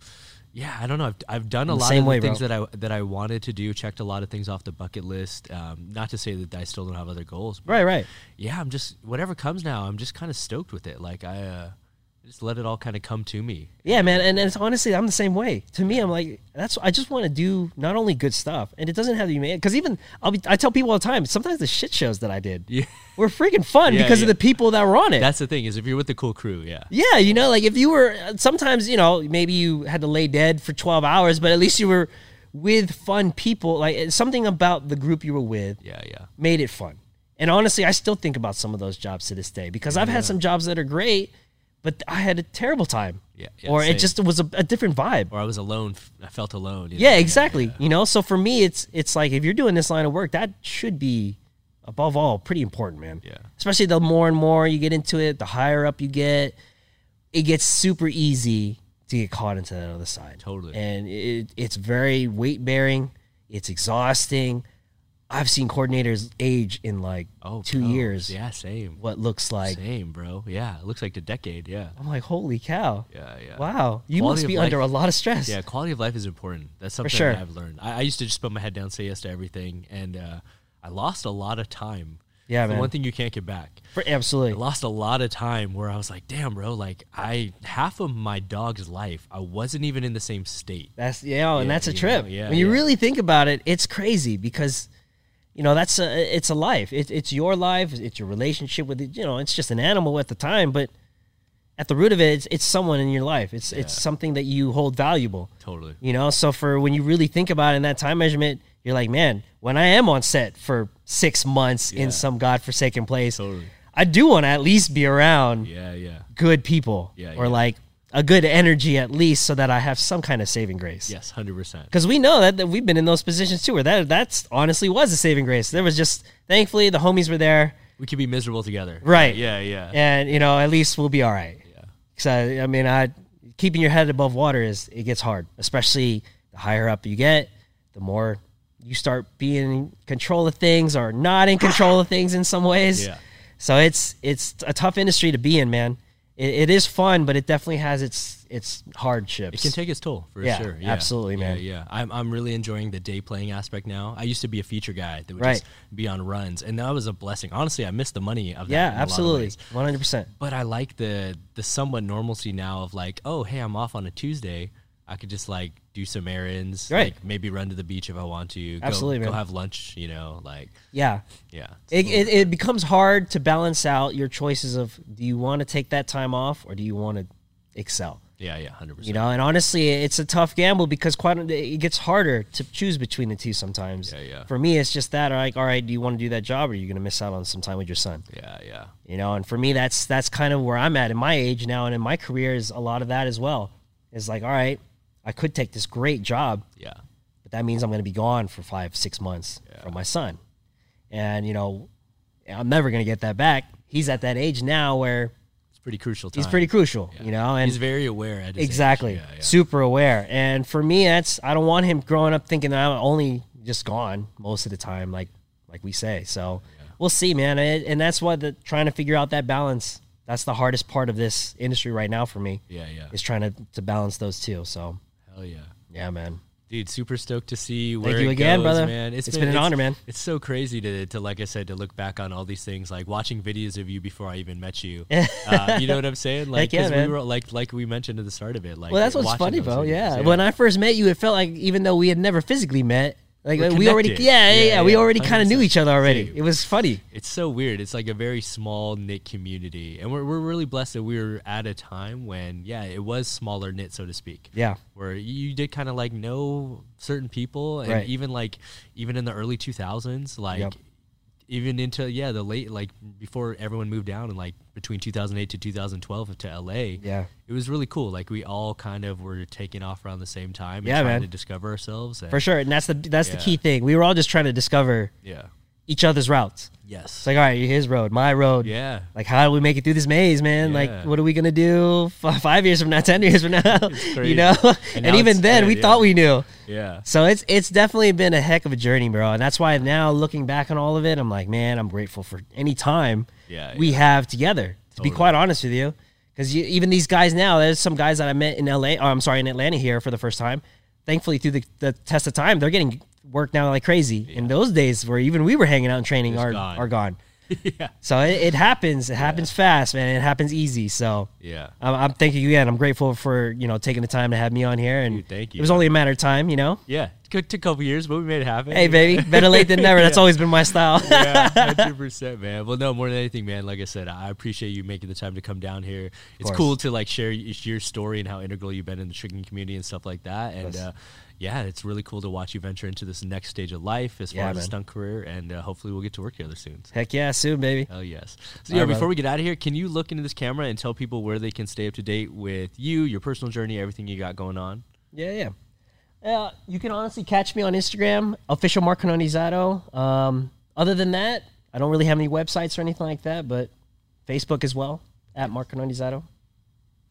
yeah, I don't know. I've, I've done a
the
lot
same
of the
way,
things
bro.
that I that I wanted to do. Checked a lot of things off the bucket list. Um, not to say that I still don't have other goals. But
Right, right.
Yeah, I'm just whatever comes now. I'm just kind of stoked with it. Like I, uh, just let it all kind of come to me.
Yeah, man, and, and it's honestly, I'm the same way. To me, I'm like, that's I just want to do not only good stuff, and it doesn't have to be man. Because even I'll be, I tell people all the time, sometimes the shit shows that I did
Yeah.
were freaking fun
Yeah,
because
yeah.
of the people that were on it.
That's the thing is if you're with the cool crew, yeah.
yeah, you know, like if you were sometimes, you know, maybe you had to lay dead for 12 hours, but at least you were with fun people. Like it's something about the group you were with
Yeah, yeah.
made it fun. And honestly, I still think about some of those jobs to this day because I've had some jobs that are great, but I had a terrible time.
Yeah, yeah,
or
same.
it just was a, a different vibe.
Or I was alone. f- I felt alone. you know?
Yeah, exactly. You know, so for me, it's it's like if you're doing this line of work, that should be above all pretty important, man.
Yeah.
Especially the more and more you get into it, the higher up you get, it gets super easy to get caught into that other side.
Totally.
And it, it's very weight bearing. It's exhausting. I've seen coordinators age in like
Oh,
two
bro.
years.
Yeah, same.
What looks like
Same, bro. Yeah, it looks like a decade. Yeah.
I'm like, holy cow!
Yeah, yeah.
Wow, you
Quality
must
of
be
life-
under a lot of stress.
Yeah, quality of life is important. That's something
sure.
that I've learned. I, I used to just put my head down, say yes to everything, and uh, I lost a lot of time.
Yeah,
It's the
man.
one thing you can't get back.
For-
I
absolutely.
lost a lot of time where I was like, damn, bro, like I half of my dog's life, I wasn't even in the same state.
That's yeah, and
Yeah,
that's a
you
trip.
know, yeah,
when you
yeah.
really think about it, it's crazy because you know that's a it's a life. It, it's your life. It's your relationship with it. You know, it's just an animal at the time, but at the root of it, it's, it's someone in your life. It's it's something that you hold valuable.
Totally.
You know, so for when you really think about it in that time measurement, you're like, man, when I am on set for six months
Yeah.
in some godforsaken place,
Totally.
I do want to at least be around
Yeah, yeah.
good people
Yeah,
or
yeah.
like a good energy at least, so that I have some kind of saving grace.
Yes, 100%.
Because we know that, that we've been in those positions too, where that that's honestly was a saving grace. There was just thankfully the homies were there,
We could be miserable together.
Right.
Yeah, yeah.
and you know at least we'll be all right.
Yeah.
So I mean, I keeping your head above water is it gets hard, especially the higher up you get, the more you start being in control of things or not in control of things in some ways.
Yeah.
So it's it's a tough industry to be in, man. It, it is fun, but it definitely has its its hardships.
It can take its toll for
Yeah,
sure.
absolutely, man.
Yeah, yeah. I'm, I'm really enjoying the day playing aspect now. I used to be a feature guy that would
Right.
just be on runs, and that was a blessing. Honestly, I missed the money of that.
yeah,
in a lot of
absolutely,
ways.
one hundred percent.
But I like the the somewhat normalcy now of like, oh, hey, I'm off on a Tuesday. I could just like do some errands,
Right.
Like maybe run to the beach if I want to. go-
Absolutely,
go,
man.
have lunch. You know, like
Yeah.
yeah,
It, it, it becomes hard to balance out your choices of do you want to take that time off or do you want to excel?
yeah, yeah, hundred
You
percent.
know, and honestly, it's a tough gamble because quite it gets harder to choose between the two sometimes.
Yeah, yeah.
For me, it's just that, like, all right, do you want to do that job or are you going to miss out on some time with your son?
Yeah, yeah,
you know and for me that's that's kind of where i'm at in my age now and in my career is a lot of that as well it's like all right i could take this great job
yeah,
but that means i'm going to be gone for five six months from my son and you know i'm never going to get that back he's at that age now where
it's pretty crucial. Time.
he's pretty crucial you know and
he's very aware. At his age.
exactly
Yeah, yeah.
super aware and for me that's i don't want him growing up thinking that i'm only just gone most of the time like like we say so we'll see man and, and that's why the trying to figure out that balance that's the hardest part of this industry right now for me
yeah, yeah.
is trying to, to balance those two so
Hell yeah.
yeah man
Dude, super stoked to see where
you
it
again,
goes,
brother.
man.
It's been an honor, man.
It's so crazy to, to, like I said, to look back on all these things, like watching videos of you before I even met you. uh, you know what I'm saying? Like,
yeah,
'cause
man.
we were like, like we mentioned at the start of it. Like,
well that's what's
watching
funny
those
bro
videos,
yeah. when i first met you it felt like even though we had never physically met like
We're
we already
connected.
yeah yeah,
Yeah,
yeah, we
yeah,
already kind of knew
100%.
each other already
Dude.
it was funny
it's so weird. It's like a very small knit community, and we're we're really blessed that we were at a time when yeah, it was smaller knit, so to speak.
Yeah.
where you did kind of like know certain people, and
Right.
even like even in the early two thousands, like.
Yep.
Even into yeah the late like before everyone moved down and like between 2008 to 2012 to LA
Yeah.
it was really cool like we all kind of were taking off around the same time and
Yeah,
trying
man.
to discover ourselves and,
for sure and that's the that's the
Yeah.
key thing we were all just trying to discover
yeah
each other's routes
yes
It's like, all right, his road, my road.
yeah
Like, how do we make it through this maze, man?
Yeah.
Like, what are we gonna do f- five years from now, ten years from now?
crazy.
You know, and,
And now it's
even then,
good,
we
yeah.
thought we knew.
yeah
So it's it's definitely been a heck of a journey, bro. And that's why now looking back on all of it, I'm like, man, I'm grateful for any time
Yeah,
we have together. To
Totally.
be quite honest with you, because you, even these guys now, there's some guys that I met in L.A. Or I'm sorry, in Atlanta here for the first time. Thankfully, through the, the test of time, they're getting work now like crazy. In those days, where even we were hanging out and training, are
gone.
are gone.
yeah
So it, it happens. It happens fast, man. It happens easy. So
yeah
I'm, I'm thanking you again. I'm grateful for you know taking the time to have me on here. And
Dude, thank you.
It was only a matter of time, you know.
Yeah, took, took a couple years, but we made it happen.
Hey, baby, better late than never. That's always been my style.
yeah, hundred percent, man. Well, no, more than anything, man. Like I said, I appreciate you making the time to come down here. It's
course.
cool to like share y- your story and how integral you've been in the tricking community and stuff like that. And
Yes.
uh, yeah, it's really cool to watch you venture into this next stage of life as far
Yeah,
as a
man.
stunt career. And uh, hopefully, we'll get to work together soon.
Heck yeah, soon, baby.
Oh yes. So
All
yeah,
right,
before
brother.
we get out of here, can you look into this camera and tell people where they can stay up to date with you, your personal journey, everything you got going on?
Yeah, yeah. Uh, you can honestly catch me on Instagram, official Mark Canonizado. Um, other than that, I don't really have any websites or anything like that, but Facebook as well at Mark Canonizado.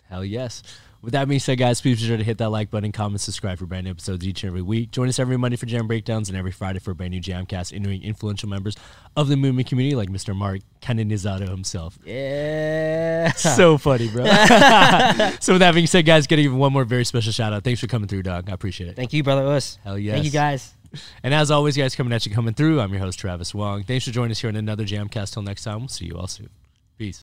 Hell yes. With that being said, guys, please be sure to hit that like button, comment, subscribe for brand new episodes each and every week. Join us every Monday for jam breakdowns and every Friday for brand new jamcast, interviewing influential members of the movement community like Mr. Mark Canonizato himself.
Yeah.
so funny, bro. so with that being said, guys, gotta give one more very special shout out. Thanks for coming through, dog. I appreciate it.
Thank you, brother Lewis.
Hell
Thank you,
yes.
guys.
And as always, guys, coming at you, coming through. I'm your host, Travis Wong. Thanks for joining us here on another jamcast. Till next time, we'll see you all soon. Peace.